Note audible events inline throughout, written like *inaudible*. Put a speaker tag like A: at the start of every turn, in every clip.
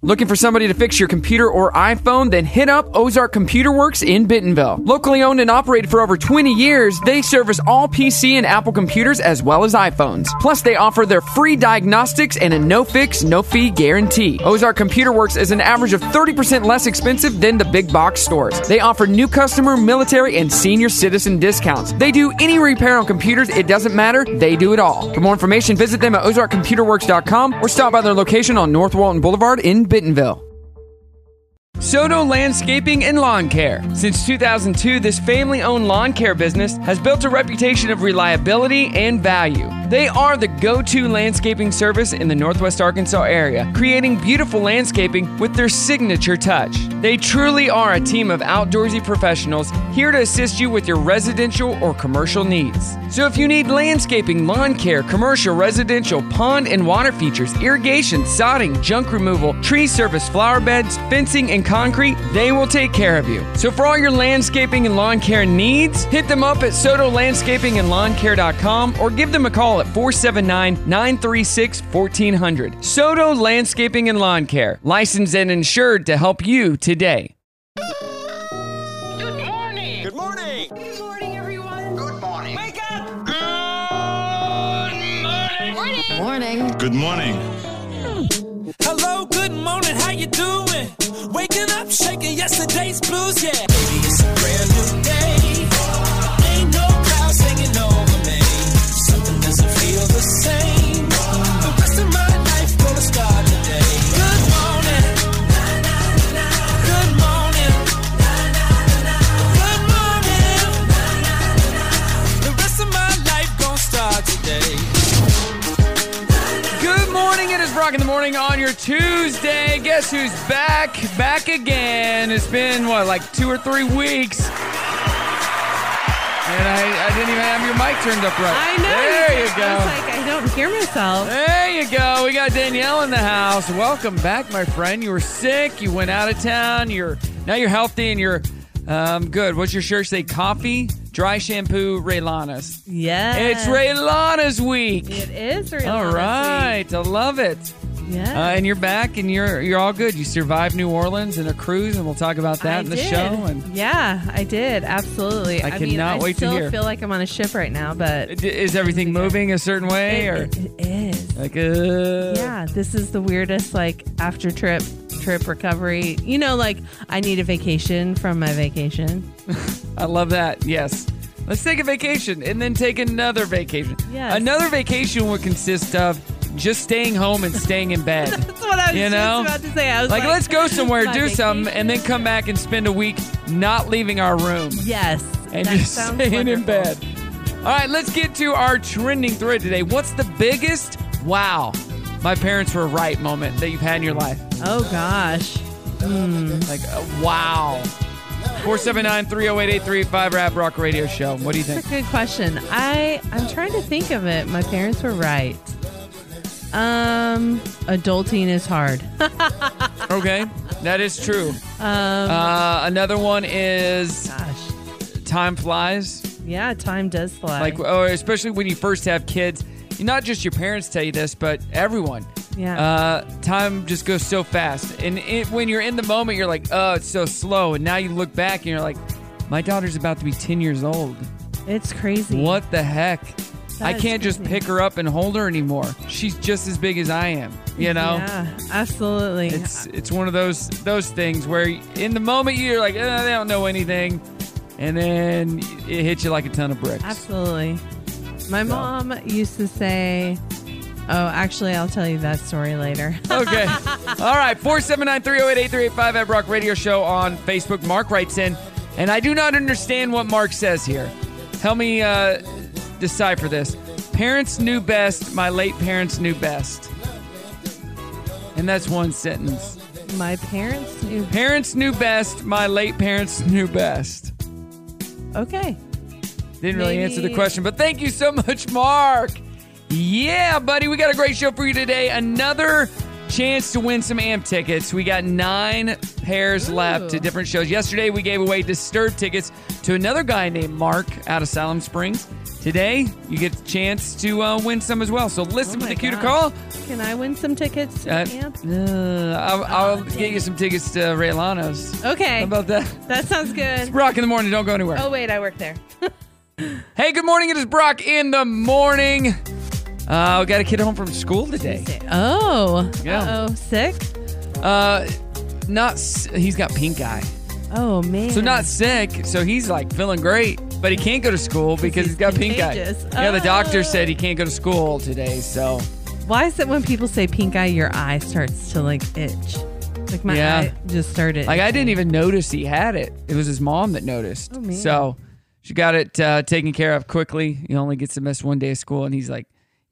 A: Looking for somebody to fix your computer or iPhone? Then hit up Ozark Computer Works in Bentonville. Locally owned and operated for over 20 years, they service all PC and Apple computers as well as iPhones. Plus, they offer their free diagnostics and a no fix, no fee guarantee. Ozark Computer Works is an average of 30% less expensive than the big box stores. They offer new customer, military, and senior citizen discounts. They do any repair on computers, it doesn't matter, they do it all. For more information, visit them at ozarkcomputerworks.com or stop by their location on North Walton Boulevard in Bentonville. Soto Landscaping and Lawn Care. Since 2002, this family owned lawn care business has built a reputation of reliability and value. They are the go to landscaping service in the Northwest Arkansas area, creating beautiful landscaping with their signature touch. They truly are a team of outdoorsy professionals here to assist you with your residential or commercial needs. So if you need landscaping, lawn care, commercial, residential, pond and water features, irrigation, sodding, junk removal, tree service, flower beds, fencing, and concrete, they will take care of you. So for all your landscaping and lawn care needs, hit them up at sotolandscapingandlawncare.com or give them a call at 479-936-1400. Soto Landscaping and Lawn Care, licensed and insured to help you today.
B: Good morning. Good morning.
C: Good morning, everyone.
B: Good morning. Wake up. Good morning.
C: Morning.
D: Good morning.
E: Hello, good morning, how you doing? Waking up, shaking yesterday's blues, yeah. Baby, it's a brand new day. Ain't no clouds hanging over me. Something doesn't feel the same. The rest of my life gonna start today. Good morning. Good morning. Good morning. The rest of my life gonna start today.
A: Good morning. It is Brock in the morning on your Tuesday. Guess who's back? Back again. It's been what, like two or three weeks. And I, I didn't even have your mic turned up right.
F: I know.
A: There you
F: I
A: go.
F: was like, I don't hear myself.
A: There you go. We got Danielle in the house. Welcome back, my friend. You were sick. You went out of town. You're now you're healthy and you're um, good. What's your shirt say? Coffee, dry shampoo, Raylanas.
F: Yes.
A: It's Raylanas week.
F: It is real.
A: All right, I love it.
F: Yes.
A: Uh, and you're back, and you're you're all good. You survived New Orleans and a cruise, and we'll talk about that
F: I
A: in the
F: did.
A: show. And
F: yeah, I did. Absolutely.
A: I
F: mean,
A: cannot
F: I
A: wait to
F: still
A: hear.
F: feel like I'm on a ship right now, but
A: D- is everything moving a certain way, or
F: it- it is.
A: like uh,
F: Yeah, this is the weirdest like after trip trip recovery. You know, like I need a vacation from my vacation.
A: I love that. Yes. Let's take a vacation and then take another vacation.
F: Yes.
A: Another vacation would consist of just staying home and staying in
F: *laughs*
A: bed.
F: That's what I was
A: You
F: just
A: know?
F: about to say. I was
A: like,
F: like,
A: let's
F: *laughs*
A: go somewhere,
F: my
A: do something,
F: vacation.
A: and then come back and spend a week not leaving our room
F: Yes.
A: and
F: that
A: just *laughs*
F: sounds
A: staying in
F: wonderful.
A: bed. All right, let's get to our trending thread today. What's the biggest wow? My parents were right moment that you've had in your life.
F: Oh gosh.
A: Like, uh, wow. 479 308 835 Rap Rock Radio Show. What do you
F: *laughs*
A: think?
F: That's a good question. I I'm trying to think of it. My parents were right. Um, adulting is hard.
A: Okay, that is true.
F: Um,
A: uh, another one is
F: Gosh,
A: time flies.
F: yeah, time does fly.
A: Like, oh, especially when you first have kids. Not just your parents tell you this, but everyone.
F: Yeah.
A: Uh, time just goes so fast, and it, when you're in the moment, you're like, oh, it's so slow. And now you look back, and you're like, my daughter's about to be ten years old.
F: it's crazy.
A: What the heck? I
F: is
A: can't just
F: crazy.
A: pick her up and hold her anymore. She's just as big as I am. You know.
F: Yeah, absolutely.
A: It's it's one of those those things where in the moment you're like, eh, they don't know anything, and then it hits you like a ton of bricks.
F: absolutely. My mom used to say, "Oh, actually, I'll tell you that story later." *laughs*
A: Okay. All right. Four seven nine three zero eight eight three eight five at Brock Radio Show on Facebook. Mark writes in, and I do not understand what Mark says here. Help me uh, decipher this. Parents knew best. My late parents knew best. And that's one sentence.
F: My parents knew.
A: Parents knew best. My late parents knew best.
F: Okay,
A: Didn't really answer the
F: Maybe-
A: question, but thank you so *laughs* much, Mark. Yeah, buddy, we got a great show for you today. Another chance to win some AMP tickets. We got nine pairs left to
F: Ooh.
A: different shows. Yesterday, we gave away Disturbed tickets to another guy named Mark out of Salem Springs. Today, you get the chance to uh, win some as well. So listen
F: Oh
A: for
F: my
A: the cue to call.
F: gosh. Can I win some tickets to
A: Uh,
F: camp?
A: uh, I'll, I'll get you some tickets to Ray Lano's.
F: Oh, Okay.
A: How about that? *laughs*
F: That sounds good.
A: Brock in the morning. Don't go anywhere.
F: Oh wait, I work there.
A: Hey, good morning. It is Brock in the morning. Uh, we got a kid home from school today.
F: *laughs* Oh.
A: Yeah.
F: Oh, sick.
A: Uh, not s- he's got pink eye,
F: Oh man.
A: so not sick. So he's like feeling great, but he can't go to school because he's
F: he's
A: got pink eye.
F: contagious.
A: Yeah, the doctor
F: Oh.
A: said he can't go to school today. So
F: Why is it when people say pink eye, your eye starts to like itch? Like my
A: Yeah.
F: eye just started.
A: like I didn't even notice he had it. It was his mom that noticed.
F: Oh, man.
A: So she got it uh, taken care of quickly. He only gets to miss one day of school, and he's like.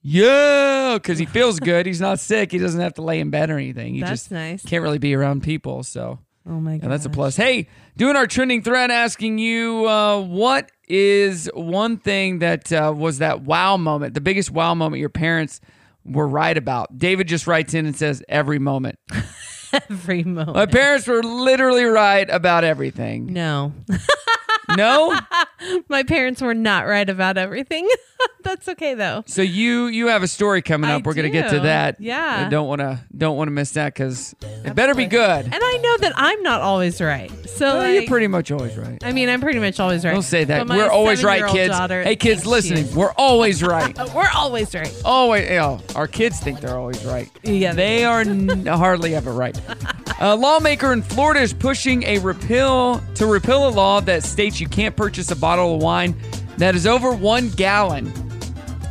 A: Yeah, because he feels good. He's not sick. He doesn't have to lay in bed or anything. He
F: That's
A: just
F: nice.
A: can't really be around people. So
F: oh my god.
A: Yeah, that's a plus. Hey, doing our trending thread, asking you uh, what is one thing that uh, was that wow moment, the biggest wow moment your parents were right about. David just writes in and says every moment.
F: *laughs* Every moment.
A: My parents were literally right about everything.
F: no, *laughs*
A: No,
F: my parents were not right about everything. *laughs* that's okay though.
A: so you you have a story coming
F: I
A: up. we're gonna get to
F: do.
A: that.
F: Yeah.
A: I don't wanna don't wanna miss that because it better be good.
F: And I know that I'm not always right. So
A: Well,
F: like,
A: Oh, you're pretty much always right.
F: I mean, I'm pretty much always right.
A: Don't say that.
F: But my
A: We're always right,
F: seven-year-old
A: kids.
F: daughter
A: hey, kids,
F: thinks she
A: listening,
F: is-
A: we're always right.
F: Uh, We're always right.
A: always you know, Oh, our kids think they're always right.
F: Yeah,
A: They are n- *laughs* hardly ever right. A lawmaker in Florida is pushing a repeal to repeal a law that states you can't purchase a bottle of wine that is over one gallon.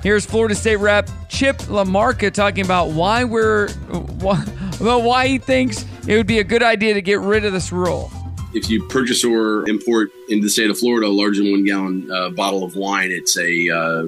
A: Here's Florida State Rep Chip Lamarca talking about why we're *laughs* why, about why he thinks it would be a good idea to get rid of this rule.
C: if you purchase or import into the state of Florida a larger than one gallon uh, bottle of wine, it's a, uh,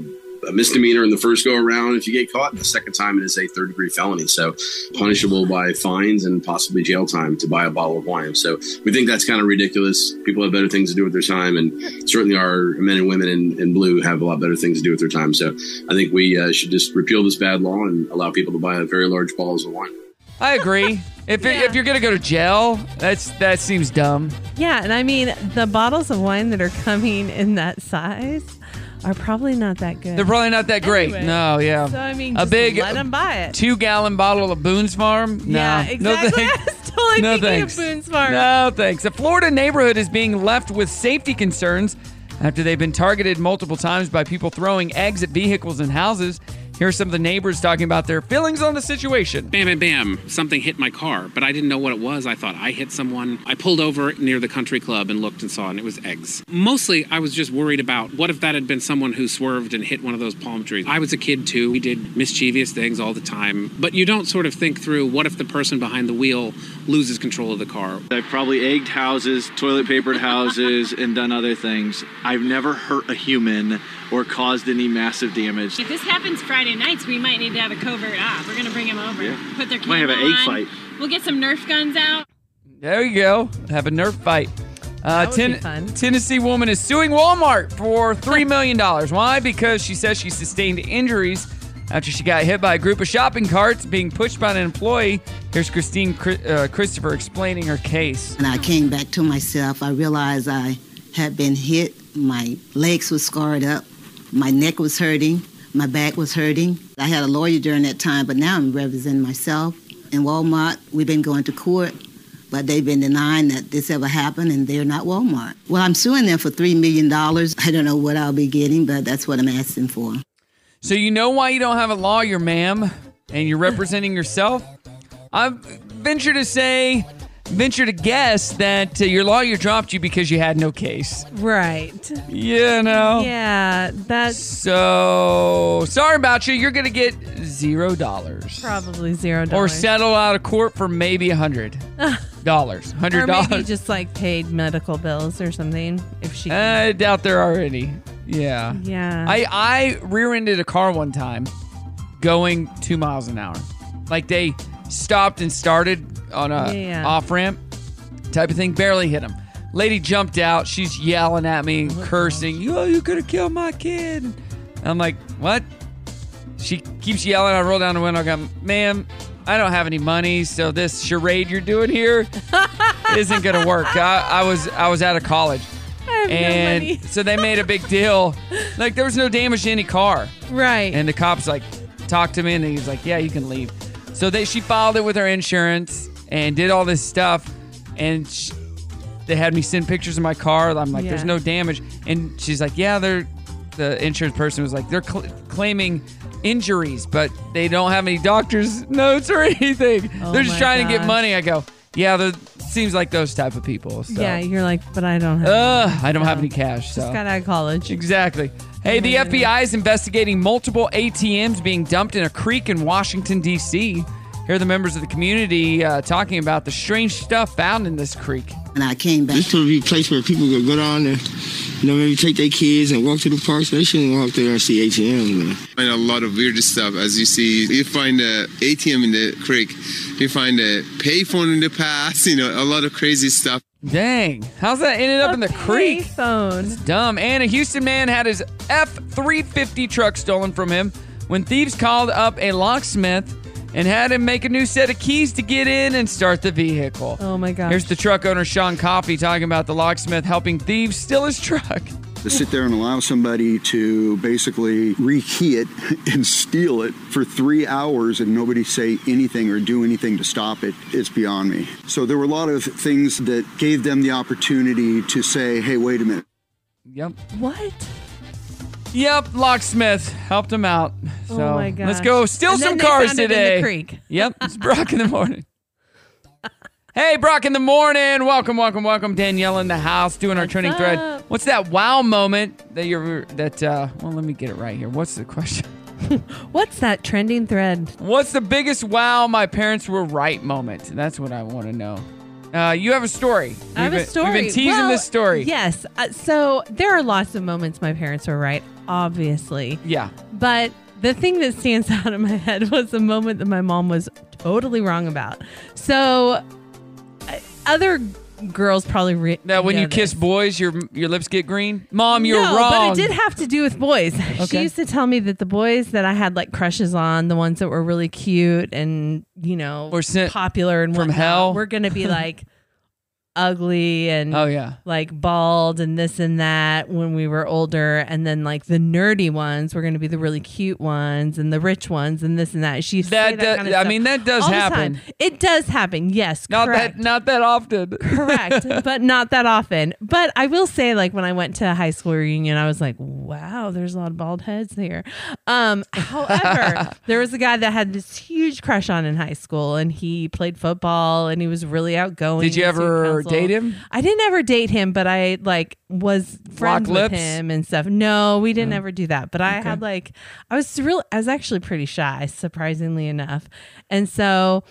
C: a misdemeanor in the first go around. If you get caught, the second time it is a third degree felony. So punishable by fines and possibly jail time to buy a bottle of wine. So we think that's kind of ridiculous. People have better things to do with their time. And certainly our men and women in, in blue have a lot better things to do with their time. So I think we uh, should just repeal this bad law and allow people to buy very large bottles of wine.
A: I
F: *laughs*
A: agree. If, it- if
F: Yeah.
A: you're gonna go to jail, that's that seems dumb.
F: Yeah, and I mean the bottles of wine that are coming in that size are probably not that good.
A: They're probably not that great.
F: Anyway.
A: no, yeah.
F: so I mean,
A: a
F: just
A: big
F: let them buy it.
A: two gallon bottle of Boone's Farm? No.
F: yeah,
A: No
F: exactly. *laughs* I
A: thanks.
F: was totally
A: No
F: thinking
A: thanks.
F: of Boone's Farm.
A: No thanks. A Florida neighborhood is being left with safety concerns after they've been targeted multiple times by people throwing eggs at vehicles and houses. Here are some of the neighbors talking about their feelings on the situation.
D: bam, bam, bam, something hit my car, but I didn't know what it was. I thought I hit someone. I pulled over near the country club and looked and saw, and it was eggs. Mostly, I was just worried about what if that had been someone who swerved and hit one of those palm trees. I was a kid too. We did mischievous things all the time, but you don't sort of think through what if the person behind the wheel loses control of the car.
G: I've probably egged houses, toilet papered houses, and done other things. I've never hurt a human or caused any massive damage.
H: If this happens Friday nights, we might need to have a covert op. We're gonna bring them over, put their
G: Might have
H: camera
G: an egg
H: on.
G: fight.
H: We'll get some Nerf guns out.
A: There you go. Have a Nerf fight. Uh,
F: would be fun.
A: Tennessee woman is suing Walmart for $3 million. *laughs* Why? Because she says she sustained injuries after she got hit by a group of shopping carts being pushed by an employee. Here's Christine Chri- uh, Christopher explaining her case.
I: When I came back to myself, I realized I had been hit. My legs were scarred up. My neck was hurting. My back was hurting. I had a lawyer during that time, but now I'm representing myself. In Walmart, we've been going to court, but they've been denying that this ever happened, and they're not Walmart. Well, I'm suing them for $3 million. I don't know what I'll be getting, but that's what I'm asking for.
A: So you know why you don't have a lawyer, ma'am, and
F: *laughs*
A: you're representing yourself? I venture to say, venture to guess that uh, your lawyer dropped you because you had no case.
F: Right.
A: You know.
F: Yeah, that's
A: So sorry about you. You're gonna get zero dollars,
F: probably zero
A: or
F: dollars.
A: settle out of court for maybe a
F: *laughs*
A: hundred dollars. Hundred
F: Or maybe
A: dollars.
F: just like paid medical bills or something. If she,
A: I doubt there are any. Yeah.
F: yeah,
A: Uh, I I rear-ended a car one time, going two miles an hour. Like they stopped and started on a
F: Yeah.
A: off ramp type of thing. Barely hit him. Lady jumped out. She's yelling at
F: Oh,
A: me, cursing. You, you could have killed my kid. I'm like, what? She keeps yelling. I roll down the window. I go, ma'am, I don't have any money, so this charade you're doing
F: *laughs*
A: here isn't gonna work. I, I was I was out of college,
F: I have
A: and
F: *laughs* no money.
A: so they made a big deal. Like there was no damage to any car,
F: Right.
A: and the cops like talked to me, and he's like, yeah, you can leave. So they she filed it with her insurance and did all this stuff, and sh they had me send pictures of my car. I'm like, there's
F: Yeah.
A: no damage, and she's like, yeah, they're the insurance person was like, they're cl- claiming injuries, but they don't have any doctor's *laughs* notes or anything.
F: Oh
A: they're just
F: my
A: trying to get
F: gosh.
A: money. I go, yeah, there seems like those type of people. So.
F: yeah, you're like, but I don't have.
A: Ugh, I don't have
F: No.
A: any cash. Uh, So.
F: just got out of college.
A: Exactly. Hey, the FBI is investigating multiple ATMs being dumped in a creek in Washington, D.C. Here are the members of the community uh, talking about the strange stuff found in this creek.
I: And I came back.
J: This should be a place where people could go down and, you know, maybe take their kids and walk to the parks. They shouldn't walk there and see ATMs, man.
K: find a lot of weird stuff. As you see, you find a ATM in the creek, you find a payphone in the past, *laughs* you know, a lot of crazy stuff.
A: Dang, how's that ended up in the creek?
F: Phone.
A: Dumb. And a Houston man had his F 350 truck stolen from him when thieves called up a locksmith and had him make a new set of keys to get in and start the vehicle.
F: Oh my gosh.
A: Here's the truck owner, Sean Coffey, talking about the locksmith helping thieves steal his truck. *laughs*
L: to sit there and allow somebody to basically rekey it *laughs* and steal it for three hours and nobody say anything or do anything to stop it, it's beyond me. So there were a lot of things that gave them the opportunity to say, hey, wait a minute.
A: Yep.
F: what?
A: Yep, locksmith helped him out. So
F: oh my gosh.
A: let's go steal
F: And then
A: some
F: they
A: cars
F: found it
A: today.
F: In the creek.
A: Yep,
F: *laughs*
A: it's Brock in the morning. Hey, Brock in the morning. Welcome, welcome, welcome. Danielle in the house doing our
F: What's
A: trending thread.
F: up?
A: What's that wow moment that you're that? uh Well, let me get it right here. What's the question?
F: What's that trending thread?
A: What's the biggest wow my parents were right moment? That's what I want to know. Uh, you have a story.
F: I have
A: We've
F: a
A: been-
F: story.
A: We've been teasing
F: Well,
A: this story.
F: Yes. Uh, so there are lots of moments my parents were right, obviously.
A: Yeah.
F: But the thing that stands *laughs* out in my head was the moment that my mom was totally wrong about. So uh, other girls probably re-
A: Now, when
F: know
A: you kiss
F: this.
A: boys, your your lips get green. Mom, you're
F: no,
A: wrong.
F: But it did have to do with boys.
A: Okay.
F: She used to tell me that the boys that I had like crushes on, the ones that were really cute and you know
A: Were sent
F: popular and
A: from
F: whatnot,
A: hell?
F: were gonna
A: *laughs*
F: be like ugly and
A: oh yeah.
F: like bald and this and that when we were older and then like the nerdy ones were going to be the really cute ones and the rich ones and this and that she used to say
A: That,
F: that,
A: do-
F: kind of
A: I
F: stuff
A: mean, that does
F: all the
A: happen.
F: time. it does happen yes
A: Not
F: correct
A: that not that often. *laughs*
F: correct but not that often but i will say like when i went to a high school reunion i was like wow there's a lot of bald heads here um
A: *laughs*
F: however there was a guy that had this huge crush on in high school and he played football and he was really outgoing
A: Did you
F: and student
A: ever
F: council.
A: date him?
F: I didn't ever date him, but I like was friends with
A: lips? Mm.
F: him and stuff. No, we didn't ever do that. But I
A: Okay.
F: had like I was real I was actually pretty shy, surprisingly enough. And so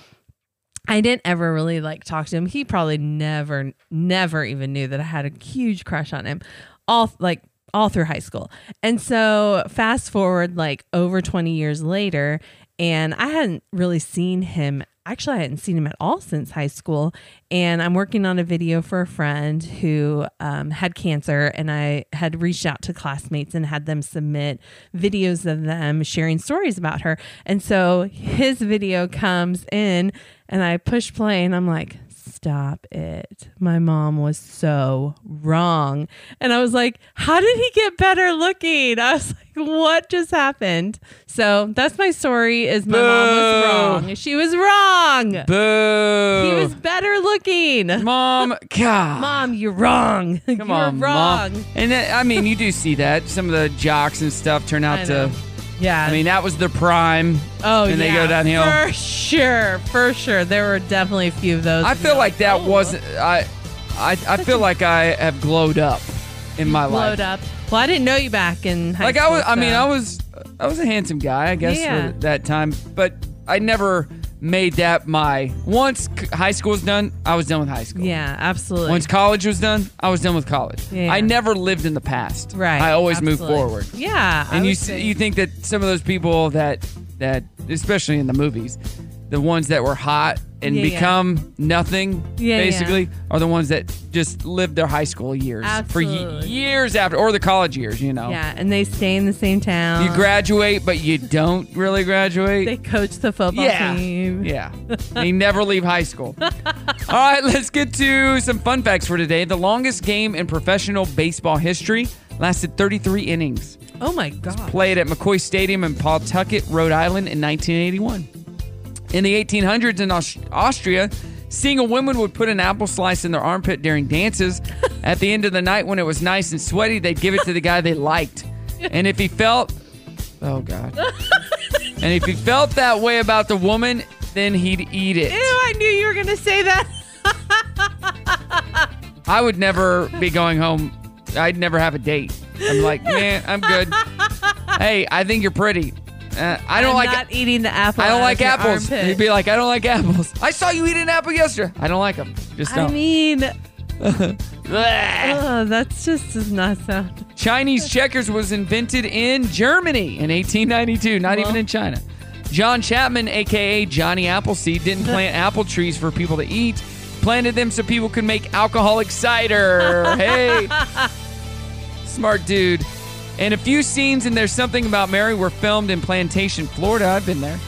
F: I didn't ever really like talk to him. He probably never never even knew that I had a huge crush on him. All like all through high school. And so fast forward like over 20 years later and I hadn't really seen him actually I hadn't seen him at all since high school and I'm working on a video for a friend who um, had cancer and I had reached out to classmates and had them submit videos of them sharing stories about her and so his video comes in and I push play and I'm like stop it my mom was so wrong and I was like how did he get better looking I was like what just happened so that's my story is my mom was
A: Boo.
F: wrong she was wrong
A: Boo.
F: Uh, he was better looking.
A: Mom,
F: *laughs*
A: God.
F: Mom, you're wrong.
A: Come
F: you're
A: on,
F: wrong.
A: Mom. And that, I mean, you do see that some of the jocks and stuff turn
F: I
A: out to.
F: know. Yeah.
A: I mean, that was their prime.
F: oh,
A: and they
F: yeah.
A: go downhill.
F: For sure. For sure. There were definitely a few of those.
A: I
F: And
A: feel
F: you're
A: like that
F: oh,
A: wasn't. I, I, I feel like I have glowed up in my life.
F: Blowed up. Well, I didn't know you back in high
A: Like
F: school.
A: I was. I mean,
F: so-
A: I was. I was a handsome guy, I guess,
F: Yeah.
A: for that time. But I never made that my. Once c- high school was done, I was done with high school.
F: Yeah, absolutely.
A: Once college was done, I was done with college.
F: Yeah.
A: I never lived in the past.
F: right.
A: I always move
F: absolutely.
A: forward.
F: Yeah. I
A: and you
F: would
A: s-
F: say-
A: you think that some of those people that that especially in the movies the ones that were hot and
F: Yeah, yeah.
A: become nothing
F: Yeah, yeah.
A: basically are the ones that just lived their high school years for ye-
F: Absolutely.
A: years after or the college years, you know.
F: Yeah, and they stay in the same town.
A: You graduate, but you don't really graduate.
F: Uh, They coach the football
A: Yeah.
F: team.
A: Yeah. they never leave high school. All right, let's get to some fun facts for today. The longest game in professional baseball history lasted 33 innings.
F: Oh my god.
A: Played at McCoy Stadium in Pawtucket, Rhode Island in 1981. In the 1800s in Aus- Austria, single women would put an apple slice in their armpit during
F: *laughs*
A: dances. At the end of the night, when it was nice and sweaty, they'd give it to the guy they liked. And if he felt, oh
F: *laughs*
A: God. and if he felt that way about the woman, then he'd eat it.
F: Ew, I knew you were gonna say that.
A: I would never be going home. I'd never have a date. I'm
F: *laughs*
A: like, man, I'm good. hey, I think you're pretty. Uh, I don't
F: I'm
A: like
F: not eating the apple.
A: I
F: out
A: don't
F: of
A: like
F: your
A: apples.
F: armpit.
A: He'd be like, I don't like apples. I saw you eat an apple yesterday. I don't like them. Just
F: I
A: don't. *laughs*
F: mean, ugh, that's just does not sound.
A: Chinese checkers was invented in Germany in 1892, not even in China. John Chapman, aka Johnny Appleseed, didn't
F: *laughs*
A: plant apple trees for people to eat, planted them so people could make alcoholic cider.
F: *laughs*
A: hey, smart dude. And a few scenes in There's Something About Mary were filmed in Plantation, Florida. I've been there.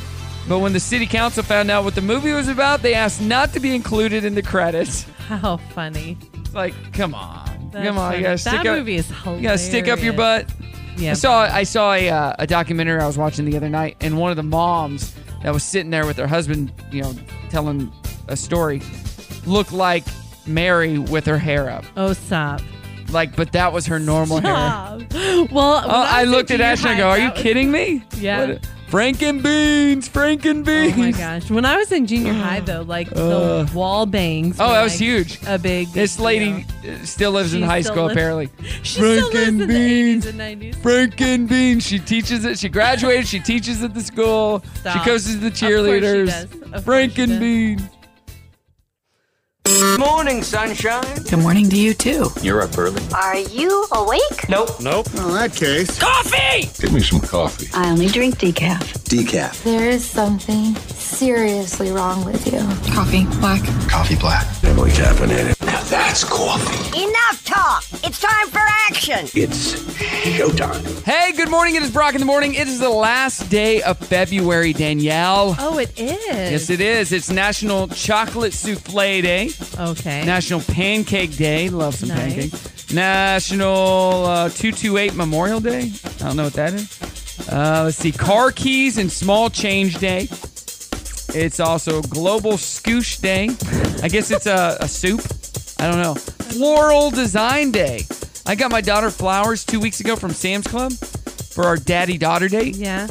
A: But when the city council found out what the movie was about, they asked not to be included in the credits. *laughs*
F: How funny.
A: It's like, come on.
F: That's
A: come on,
F: funny.
A: you gotta
F: That
A: stick up.
F: movie is
A: You gotta stick up your butt.
F: Yeah.
A: I saw I saw a, uh, a documentary I was watching the other night, and one of the moms that was sitting there with her husband, you know, telling a story, looked like Mary with her hair up. *laughs*
F: Oh, stop.
A: Like, but that was her normal hair.
F: Stop. Well,
A: Oh, I, looked at Ash and I go, "Are you kidding me?"
F: Yeah.
A: What a- Franken beans, Franken beans.
F: Oh my gosh! When I was in junior high, though, like the
A: Ugh.
F: wall bangs.
A: Oh,
F: were,
A: that was
F: like,
A: huge.
F: A big.
A: This lady uh, still lives in
F: She
A: high
F: still
A: school,
F: lives-
A: apparently.
F: She still lives in the 80s and 90s.
A: Franken Beans. She teaches it. She graduated. She teaches at the school.
F: Stop.
A: She coaches the
F: Of course she does.
A: cheerleaders.
F: Of
A: Franken Beans.
E: Morning, sunshine.
M: Good morning to you too.
N: You're up early.
M: Are you awake?
N: Nope. Nope. In that case.
M: Coffee!
N: Get me some coffee.
M: I only drink decaf.
N: Decaf.
M: There is something seriously wrong with you. Coffee, black.
N: Coffee black. Heavily caffeinated. Now that's coffee.
B: Enough talk. It's time for action.
N: It's showtime.
A: Hey, good morning. It is Brock in the morning. It is the last day of February, Danielle.
F: Oh, it is.
A: Yes, it is. It's National Chocolate Souffle Day.
F: Okay.
A: National Pancake Day. Love some
F: Nice.
A: pancake. National uh, 228 Memorial Day. I don't know what that is. Uh, let's see. Car Keys and Small Change Day. It's also Global Scoosh Day. I guess it's a, a soup. I don't know. Floral Design Day. I got my daughter flowers two weeks ago from Sam's Club for our daddy daughter date.
F: Yeah.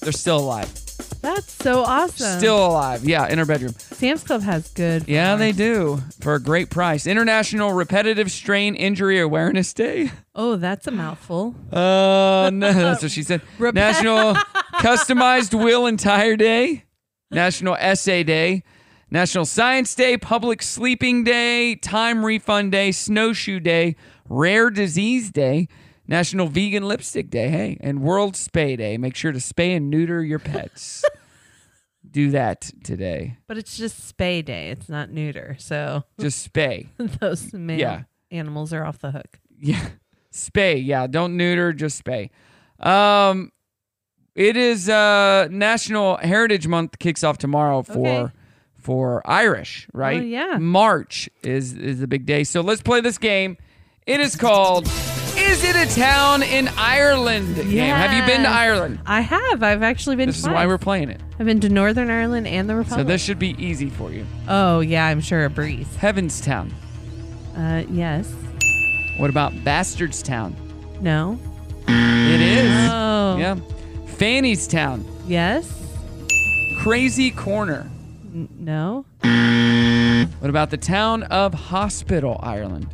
A: They're still alive.
F: That's so awesome.
A: Still alive. Yeah, in her bedroom.
F: Sam's Club has good.
A: Yeah, they do for a great price. International Repetitive Strain Injury Awareness Day.
F: Oh, that's a mouthful.
A: *laughs* Uh, no, that's what she said.
F: Rep-
A: National *laughs* Customized Wheel and Tire Day. National Essay Day. National Science Day. Public Sleeping Day. Time Refund Day. Snowshoe Day. Rare Disease Day. National Vegan Lipstick Day. Hey, and World Spay Day. Make sure to spay and neuter your *laughs* pets. Do that today.
F: But it's just spay day. It's not neuter. So *laughs*
A: Just spay.
F: those male
A: Yeah.
F: animals are off the hook.
A: Yeah. Spay. Yeah. Don't neuter, just spay. Um, it is uh, National Heritage Month kicks off tomorrow for
F: Okay. Oh,
A: for Irish, right?
F: yeah.
A: March is is the big day. So let's play this game. It is called Is It a Town in Ireland? Game. Have you been to
F: Yes.
A: Ireland?
F: I have. I've actually been.
A: This is
F: twice.
A: why we're playing it.
F: I've been to Northern Ireland and the
A: So
F: Republic.
A: this should be easy for you.
F: oh yeah, I'm sure a breeze.
A: Heavenstown.
F: Uh, yes.
A: What about Bastardstown?
F: No.
A: It is.
F: Oh.
A: Yeah. Fannystown.
F: Yes.
A: Crazy Corner.
F: N- no.
A: What about the town of Hospital, Ireland?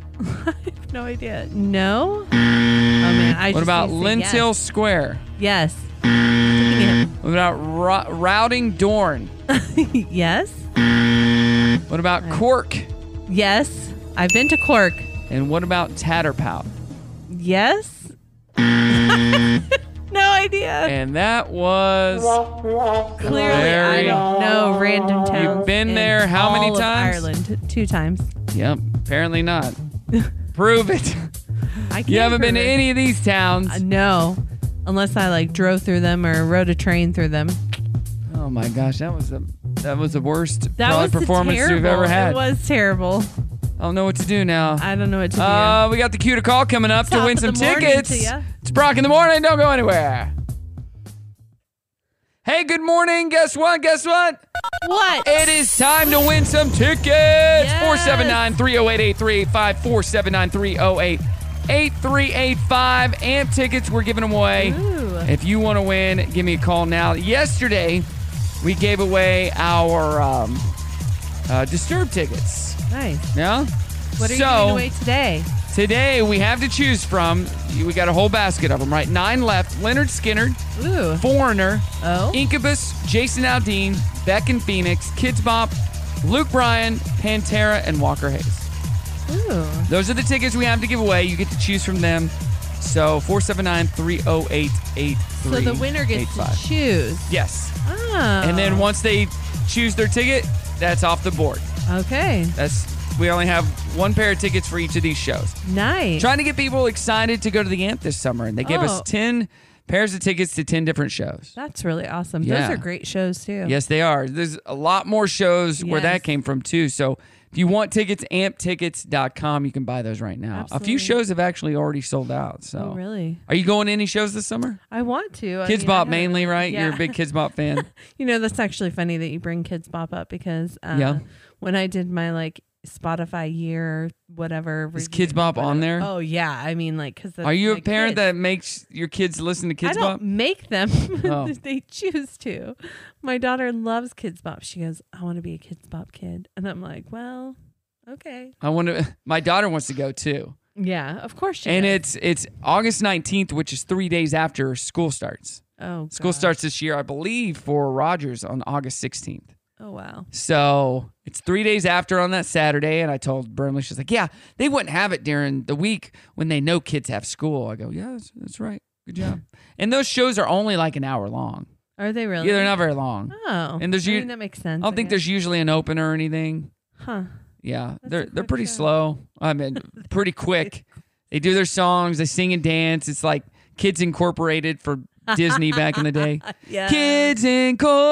F: No idea. No. Oh man. I
A: what
F: just
A: about
F: need to say yes.
A: Lintil Square?
F: Yes. Dang
A: What about Ro- Routing Dorn?
F: it. *laughs* yes.
A: What about Cork?
F: Yes. I've been to Cork.
A: And what about Tatterpout?
F: Yes. *laughs* no idea.
A: And that was
F: Clearly, I don't know random towns.
A: You've been
F: in
A: there how many
F: all of
A: times?
F: Ireland, two times.
A: Yep, apparently
F: *laughs*
A: not. Prove it.
F: I can't
A: You haven't been to
F: remember.
A: any of these towns.
F: Uh, no, unless I like drove through them or rode a train through them.
A: Oh my gosh, that was the that was the worst
F: That
A: probably
F: was
A: performance
F: terrible.
A: you've ever had.
F: It was terrible.
A: I don't know what to do now.
F: I don't know what to do.
A: Uh, we got the cue to call coming up
F: Top
A: to win
F: of
A: some
F: the morning
A: tickets.
F: to ya.
A: It's Brock in the morning. Don't go anywhere. Hey, good morning. Guess what? Guess what?
F: What?
A: It is time to win some tickets. 479 308 8385. 479 308 8385. AMP tickets, we're giving them away. If you want to win, give me a call now. Yesterday, we gave away our um, uh, Disturbed tickets.
F: Nice.
A: No?
F: What are you
A: So-
F: giving away today?
A: Today we have to choose from. We got a whole basket of them, right? Nine left: Leonard Skinner, Foreigner,
F: Oh.
A: Incubus, Jason Aldean, Beck and Phoenix, Kids Bop, Luke Bryan, Pantera, and Walker Hayes.
F: Ooh.
A: Those are the tickets we have to give away. You get to choose from them. So 479-308-8385.
F: So the winner gets to choose.
A: Yes.
F: Oh.
A: And then once they choose their ticket, that's off the board.
F: Oh, Okay.
A: That's we only have one pair of tickets for each of these shows.
F: Nice.
A: Trying to get people excited to go to the AMP this summer, and they gave us
F: Oh.
A: 10 pairs of tickets to 10 different shows.
F: That's really awesome.
A: Yeah.
F: Those are great shows too.
A: Yes, they are. There's a lot more shows where
F: Yes.
A: that came from, too. So if you want tickets, amptickets.com, you can buy those right now. A few
F: Absolutely.
A: shows have actually already sold out. So
F: Oh, really?
A: Are you going to any shows this summer?
F: I want to. I
A: Kids
F: mean, I
A: Bop
F: haven't-
A: mainly, right? You're
F: Yeah.
A: a big Kids
F: *laughs*
A: Bop fan.
F: You know, that's actually funny that you bring Kids Bop up because uh,
A: Yeah.
F: when I did my like Spotify year, whatever.
A: Is
F: review-
A: Kids Bop on there?
F: Oh, yeah. I mean, like, because
A: Are you a parent that makes your kids listen to Kids
F: I don't
A: Bop?
F: make them.
A: *laughs* Oh.
F: *laughs* they choose to. My daughter loves Kids Bop. She goes, I want to be a Kids Bop kid. And I'm like, well, okay.
A: I wonder. My daughter wants to go too.
F: Yeah, of course she
A: and
F: does.
A: it's it's August 19th, which is three days after school starts.
F: Oh,
A: School starts this year, I believe, for Rogers on August 16th.
F: Oh, wow.
A: So it's three days after on that Saturday. And I told Burnley, she's like, Yeah, they wouldn't have it during the week when they know kids have school. I go, Yeah, that's, that's right. Good job. and those shows are only like an hour long.
F: Are they really?
A: Yeah, they're not very long.
F: Oh.
A: And there's
F: I
A: u-
F: mean, that makes sense.
A: I don't think there's usually an opener or anything.
F: Huh.
A: Yeah, they're they're pretty slow. I
F: *laughs*
A: mean, pretty quick. They do their songs, they sing and dance. It's like Kids Incorporated for Disney back in the day.
F: *laughs* Yeah.
A: Kids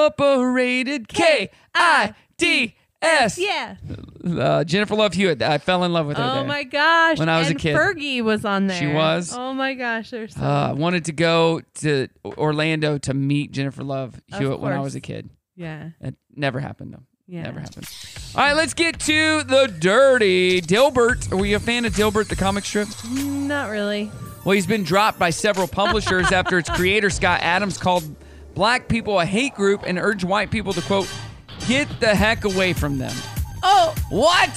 A: Incorporated, K I D S.
F: Yeah.
A: Uh, Jennifer Love Hewitt. I fell in love with her.
F: Oh
A: there.
F: my gosh.
A: When I was a
F: and
A: kid.
F: Fergie was on there.
A: She was?
F: Oh my gosh. There's so
A: Uh, I wanted to go to Orlando to meet Jennifer Love
F: Of
A: Hewitt when I
F: course.
A: was a kid.
F: Yeah.
A: It never happened though.
F: Yeah.
A: Never happened. All right, let's get to the dirty Dilbert. Are we a fan of Dilbert the comic strip?
F: Not really.
A: Well, he's been dropped by several
F: *laughs*
A: publishers after its creator Scott Adams called black people a hate group and urged white people to quote, "Get the heck away from them."
F: Oh.
A: What?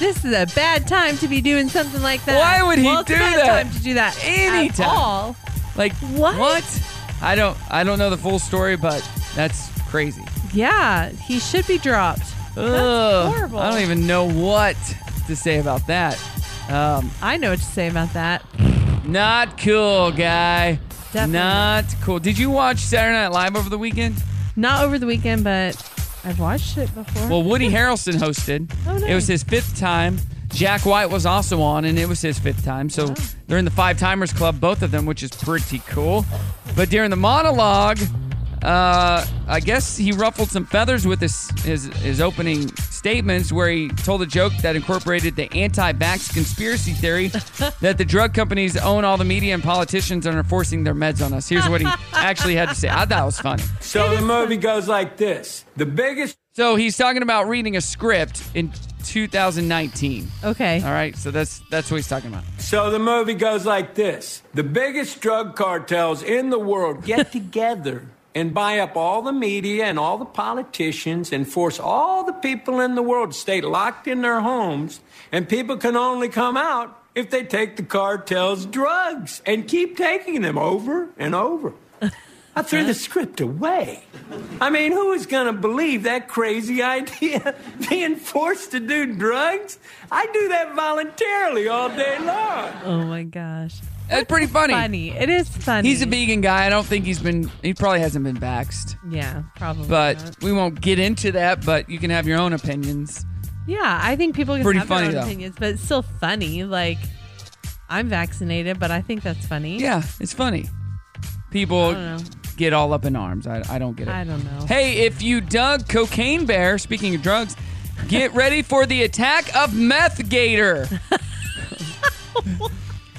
F: This is a bad time to be doing something like that.
A: Why would he
F: well, it's a
A: do
F: bad
A: that?
F: time to do that.
A: Anytime.
F: At all.
A: Like
F: what?
A: What? I don't I don't know the full story, but that's crazy.
F: Yeah. He should be dropped.
A: Ugh,
F: That's horrible.
A: I don't even know what to say about that. Um,
F: I know what to say about that.
A: Not cool, guy.
F: Definitely.
A: Not cool. Did you watch Saturday Night Live over the weekend?
F: Not over the weekend, but I've watched it before.
A: Well, Woody Harrelson hosted.
F: *laughs* Oh,
A: It
F: nice.
A: was his fifth time. Jack White was also on, and it was his fifth time. So
F: Oh.
A: they're in the Five Timers Club, both of them, which is pretty cool. But during the monologue, uh, I guess he ruffled some feathers with his, his his opening statements, where he told a joke that incorporated the anti-vax conspiracy theory
F: *laughs*
A: that the drug companies own all the media and politicians and are forcing their meds on us. Here's
F: *laughs*
A: what he actually had to say. I thought it was funny.
O: So the movie goes like this. The biggest
A: So he's talking about reading a script in 2019.
F: Okay.
A: All right. So that's that's what he's talking about.
O: So the movie goes like this. The biggest drug cartels in the world get together and buy up all the media and all the politicians and force all the people in the world to stay locked in their homes and people can only come out if they take the cartels drugs and keep taking them over and over. I threw the script away. I mean, who is going to believe that crazy *laughs* idea? Being forced to do drugs? I do that voluntarily all day long.
F: Oh my gosh.
A: That's pretty funny.
F: funny. It is funny.
A: He's a vegan guy. I don't think he's been. He probably hasn't been vaxxed.
F: Yeah, probably.
A: But we won't get into that. But you can have your own opinions.
F: Yeah, I think people can
A: Pretty
F: have their
A: funny,
F: own
A: though.
F: opinions, but it's still funny. Like, I'm vaccinated, but I think that's funny.
A: Yeah, it's funny. People
F: I don't know.
A: get all up in arms. I, I don't get it.
F: I don't know.
A: Hey, if you dug Cocaine Bear, speaking of drugs, get ready for the attack of Meth Gator.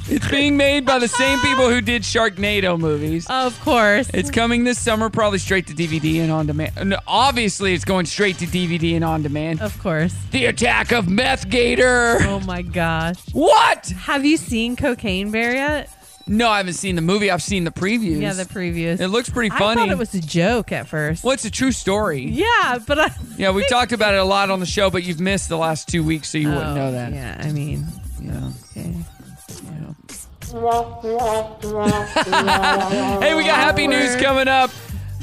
A: it's being made by the same people who did Sharknado movies.
F: Of course.
A: It's coming this summer, probably straight to DVD and on demand. No, obviously, it's going straight to DVD and on demand.
F: Of course.
A: The attack of Meth Gator.
F: Oh my gosh.
A: What?
F: Have you seen Cocaine Bear yet?
A: No, I haven't seen the movie. I've seen the previews.
F: Yeah, the previews.
A: It looks pretty
F: I
A: funny.
F: thought it was a joke at first.
A: Well, it's a true story.
F: Yeah, but I.
A: Yeah, we talked about it a lot on the show, but you've missed the last two weeks, so you
F: Oh,
A: wouldn't know that.
F: Yeah, I mean,
A: yeah.
F: Okay.
A: *laughs* Hey, we got happy news coming up.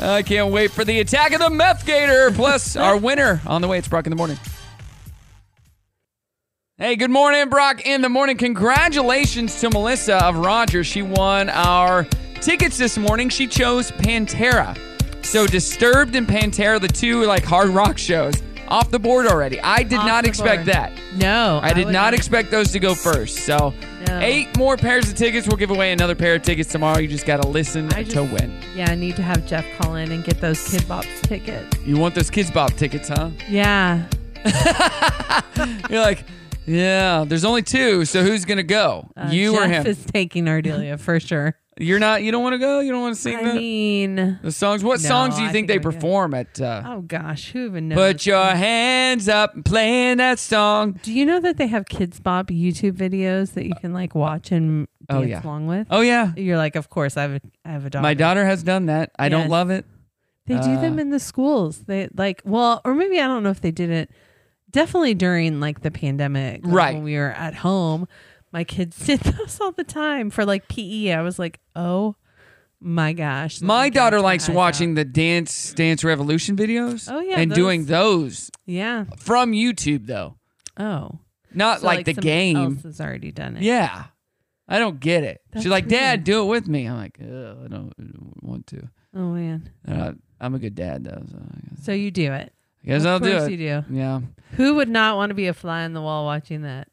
A: I can't wait for the attack of the meth gator. Plus, our winner on the way. It's Brock in the morning. Hey, good morning, Brock in the morning. Congratulations to Melissa of Rogers. She won our tickets this morning. She chose Pantera. So Disturbed and Pantera, the two like hard rock shows, off the board already. I did
F: Off
A: not
F: the
A: expect
F: board.
A: that.
F: No,
A: I did
F: would
A: not expect those to go first. So,
F: No.
A: eight more pairs of tickets. We'll give away another pair of tickets tomorrow. You just got to listen
F: I
A: to
F: just-
A: win.
F: Yeah, I need to have Jeff call in and get those Kid Bop tickets.
A: You want those Kids Bob tickets,
F: *laughs*
A: huh?
F: Yeah.
A: You're like, yeah, there's only two. So, who's going to go?
F: Uh,
A: you
F: Jeff
A: or him?
F: is taking Ardelia for sure.
A: *laughs* You're not, you don't want to go? You don't want to sing
F: I
A: the,
F: mean,
A: the songs? What
F: No,
A: songs do you
F: I
A: think,
F: think
A: they
F: I'm good.
A: perform at? Uh,
F: oh gosh, who even knows?
A: Put your hands up and playing that song.
F: Do you know that they have Kids Bop YouTube videos that you can like watch and
A: Oh,
F: dance
A: yeah.
F: along with?
A: Oh, yeah.
F: You're like, of course, I have a, I have a daughter.
A: My daughter has done that. I don't
F: Yes.
A: love it.
F: They do
A: Uh,
F: them in the schools. They like, well, or maybe I don't know if they did it. Definitely during like the pandemic, like,
A: Right.
F: When we were at home, my kids *laughs* did those all the time for like PE. I was like, oh my gosh,
A: My daughter likes
F: eyes
A: watching the Dance Dance Revolution videos.
F: Oh, yeah,
A: and
F: those-
A: doing those
F: yeah.
A: from YouTube though,
F: Oh,
A: not
F: So,
A: like, the
F: somebody
A: game.
F: else has already done it.
A: Yeah, I don't get it.
F: That's
A: She's like,
F: weird.
A: Dad, do it with me. I'm like, Ugh, I don't I don't want to.
F: Oh man.
A: And I, I'm a good dad though. So I guess,
F: So you do it.
A: I guess
F: Of
A: I'll do
F: course
A: it.
F: you do.
A: Yeah,
F: Who would not want to be a fly on the wall watching that?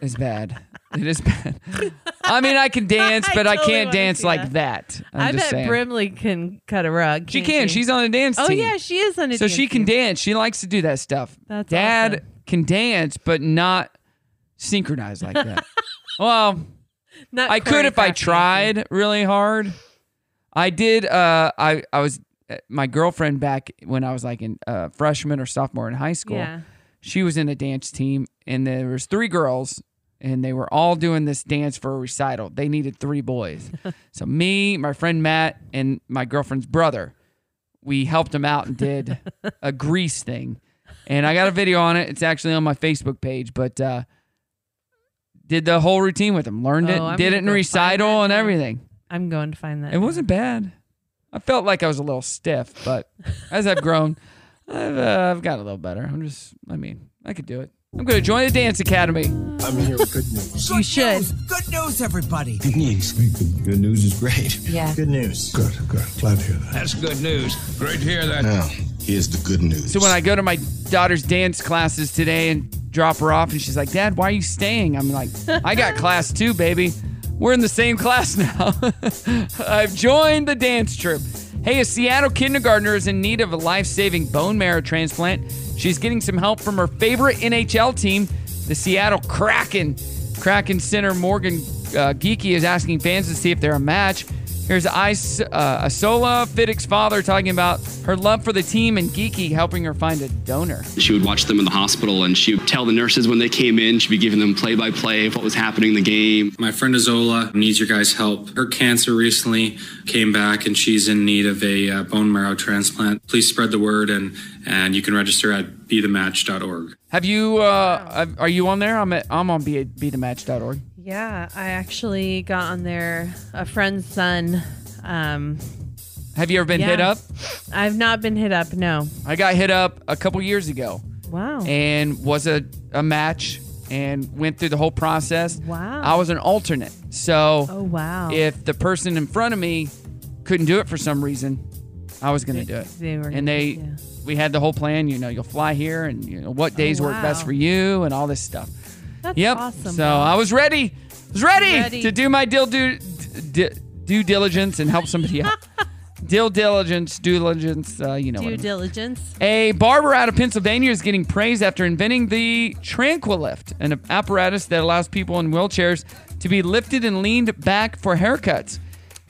A: it's bad. It is bad. I mean, I can dance,
F: *laughs* I
A: but I,
F: totally
A: can't
F: wanna
A: dance
F: see
A: like
F: that.
A: that. I'm
F: I
A: just
F: bet
A: saying.
F: Brimley can cut a rug.
A: She can.
F: can't
A: She's on a dance
F: Oh
A: team.
F: yeah, she is on a
A: so
F: dance
A: she can
F: team.
A: dance. She likes to do that stuff.
F: That's
A: Dad
F: awesome.
A: can dance, but not synchronized like
F: *laughs*
A: that. well,
F: Not
A: I could if I
F: choreographed
A: tried
F: dancing.
A: really hard. I did. Uh, I I was uh, my girlfriend back when I was like in uh, freshman or sophomore in high school.
F: Yeah.
A: She was in a dance team, and there was three girls, and they were all doing this dance for a recital. They needed three
F: *laughs*
A: boys, so me, my friend Matt, and my girlfriend's brother, we helped him out and did
F: *laughs*
A: a grease thing, and I got a video on it. It's actually on my Facebook page, but. uh did the whole routine with him, learned it,
F: Oh, I'm
A: did
F: gonna
A: it in
F: go find
A: recital
F: that
A: and
F: now.
A: everything.
F: I'm going to find that.
A: It wasn't bad. I felt like I was a little stiff, but as I've grown, I've, uh, I've got a little better. I'm just, I mean, I could do it. I'm going to join the dance academy.
N: I'm here with good news.
F: You should.
E: Good news, everybody.
N: Good news. Good, news is great.
F: Yeah.
N: Good news. Good, good. Glad to hear that.
E: That's good news. Great to hear that.
N: Now, here's the good news.
A: So when I go to my daughter's dance classes today and drop her off, and she's like, Dad, why are you staying? I'm like, I got class too, baby. We're in the same class *laughs* now. I've joined the dance troupe. Hey, a Seattle kindergartner is in need of a life saving bone marrow transplant. She's getting some help from her favorite NHL team, the Seattle Kraken. Kraken center Morgan uh, Geeky is asking fans to see if they're a match. Here's Ice uh, Isola Fiddick's father talking about her love for the team and Geeky helping her find a donor.
P: She would watch them in the hospital and she would tell the nurses when they came in, she'd be giving them play by play of what was happening in the game.
Q: My friend Azola needs your guys' help. Her cancer recently came back, and she's in need of a uh, bone marrow transplant. Please spread the word, and and you can register at bethematch.org.
A: Have you? Uh, Are you on there? I'm at, I'm on be, be the match.org.
F: Yeah, I actually got on there. A friend's son. Um,
A: Have you ever been hit
F: yeah.
A: up?
F: I've not been hit up. No.
A: I got hit up a couple years ago
F: Wow.
A: and was a, a match. and went through the whole process.
F: Wow.
A: I was an alternate. So
F: Oh, wow.
A: if the person in front of me couldn't do it for some reason, I was going to do it.
F: They were
A: and they we had the whole plan, you know, you'll fly here and you know what days work best
F: wow.
A: for you and all this stuff.
F: That's
A: yep.
F: awesome,
A: So uh,
F: Bob.
A: I was ready. I was ready,
F: Ready.
A: to do my deal due, d- due diligence and help somebody
F: *laughs*
A: out. deal diligence, due diligence, uh, you know what I
F: Due
A: mean. *laughs*
F: diligence.
A: A barber out of Pennsylvania is getting praise after inventing the Tranquilift, an apparatus that allows people in wheelchairs to be lifted and leaned back for haircuts.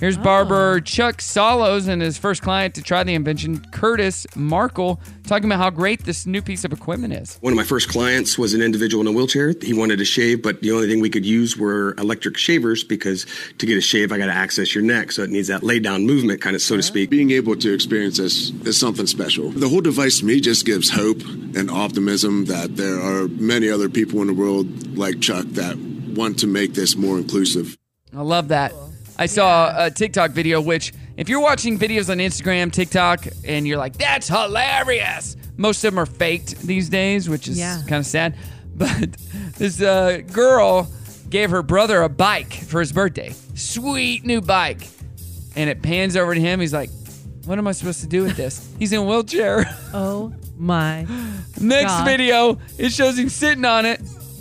A: Here's barber Chuck Solos and his first client to try the invention, Curtis Markle, talking about how great this new piece of equipment is.
R: One of my first clients was an individual in a wheelchair. He wanted to shave, but the only thing we could use were electric shavers because to get a shave, I got to access your neck. So it needs that lay down movement, kind of, so to speak.
S: Being able to experience this is something special. The whole device to me just gives hope and optimism that there are many other people in the world like Chuck that want to make this more inclusive.
A: I love that. I saw a TikTok video, which, if you're watching videos on Instagram, TikTok, and you're like, that's hilarious, most of them are faked these days, which is
F: Yeah.
A: kind of sad. *laughs* But this uh, girl gave her brother a bike for his birthday. Sweet new bike. And it pans over to him. He's like, what am I supposed to do with this? He's in a wheelchair. *laughs*
F: Oh my.
A: Next
F: God.
A: video, it shows him sitting on it.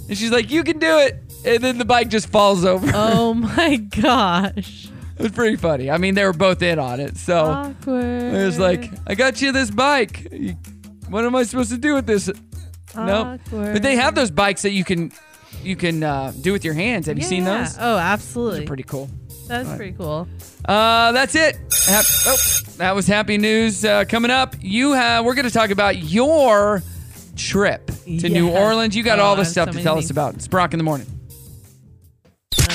A: And she's like, you can do it. And then the bike just falls over.
F: Oh my gosh.
A: It was pretty funny. I mean, they were both in on it. So
F: Awkward.
A: it was like, I got you this bike. You- What am I supposed to do with this? No. But they have those bikes that you can you can uh, do with your hands. Have you seen
F: Yeah.
A: those?
F: Oh, absolutely.
A: Those are pretty cool.
F: That's
A: Alright.
F: pretty cool.
A: Uh, that's it. Hap- oh, that was happy news. Uh, coming up, you have we're going to talk about your trip to New
F: Yes.
A: Orleans. You got
F: Oh,
A: all
F: I
A: the
F: have
A: stuff
F: so
A: to
F: many
A: tell us
F: things.
A: about. It's Brock in the morning.
F: Oh.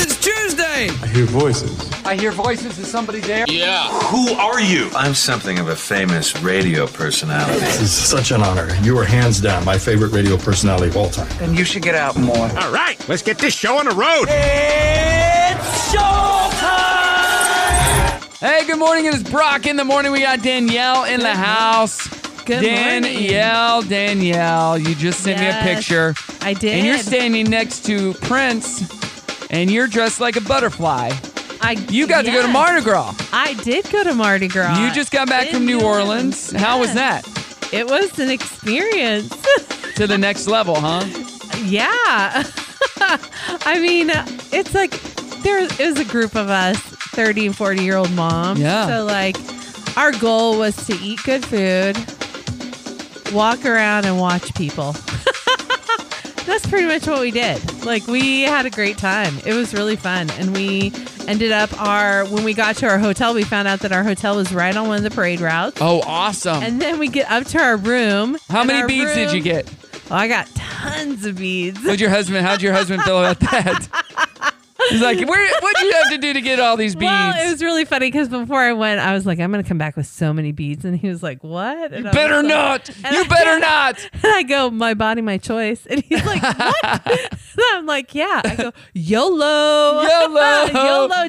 A: It's Tuesday.
T: I hear voices.
A: I hear voices. Is somebody there? Yeah.
T: Who are you?
N: I'm something of a famous radio personality.
T: This is such an honor. You are hands down my favorite radio personality of all time.
N: And you should get out more. All right, let's get this show on the road.
A: Hey, good morning. It is Brock in the morning. We got Danielle in the house.
F: Good morning.
A: Danielle, Danielle, you just sent
F: Yes,
A: me a picture.
F: I did.
A: And you're standing next to Prince, and you're dressed like a butterfly.
F: I
A: you got to go to
F: yes.
A: Mardi Gras.
F: I did go to Mardi Gras.
A: You just got back
F: In
A: from New Orleans. How was that?
F: Yes. It was an experience. *laughs*
A: to the next level, huh?
F: Yeah. *laughs* I mean, it's like there it was a group of us, 30 and 40 year old moms.
A: Yeah.
F: So, like, our goal was to eat good food, walk around, and watch people. *laughs* That's pretty much what we did. Like, we had a great time. It was really fun. And we ended up our, when we got to our hotel, we found out that our hotel was right on one of the parade routes.
A: Oh, awesome.
F: And then we get up to our room.
A: How
F: and
A: many
F: our
A: beads did you
F: room-
A: get?
F: Oh, I got tons of beads. *laughs*
A: What'd your husband? How'd your husband feel about that? He's like, Where, what'd you have to do to get all these beads?
F: Well, it was really funny because before I went, I was like, I'm going to come back with so many beads. And he was like, What? And I was
A: better
F: like-
A: not.
F: And
A: You
F: I-
A: better not.
F: And *laughs* I go, My body, my choice. And he's
A: *laughs*
F: like, What? *laughs* and I'm like, Yeah. I go, YOLO.
A: YOLO.
F: *laughs*
A: Ah.
F: YOLO,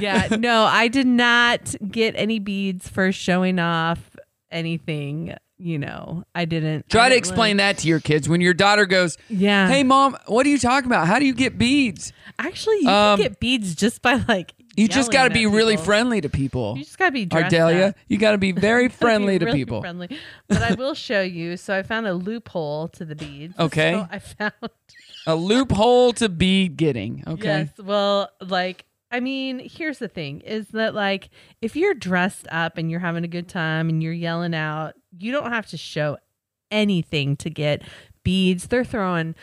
A: *laughs*
F: Yeah. No, I did not get any beads for showing off anything. You know, I didn't.
A: Try
F: I
A: to
F: didn't
A: explain that to your kids when your daughter goes,
F: Yeah.
A: Hey, mom, what are you talking about? How do you get beads?
F: Actually, you
A: Um,
F: can get beads just by like.
A: You just got to be really
F: friendly.
A: friendly to people.
F: You just gotta be dressed
A: Ardelia,
F: up.
A: you got
F: *laughs*
A: to be very
F: Gotta be
A: friendly to
F: really
A: people.
F: Friendly, but I will show you. So I found a loophole to the beads.
A: *laughs* Okay.
F: So I found *laughs*
A: A loophole to bead getting. Okay.
F: yes. Well, like I mean, here's the thing: is that like if you're dressed up and you're having a good time and you're yelling out, you don't have to show anything to get beads. They're throwing.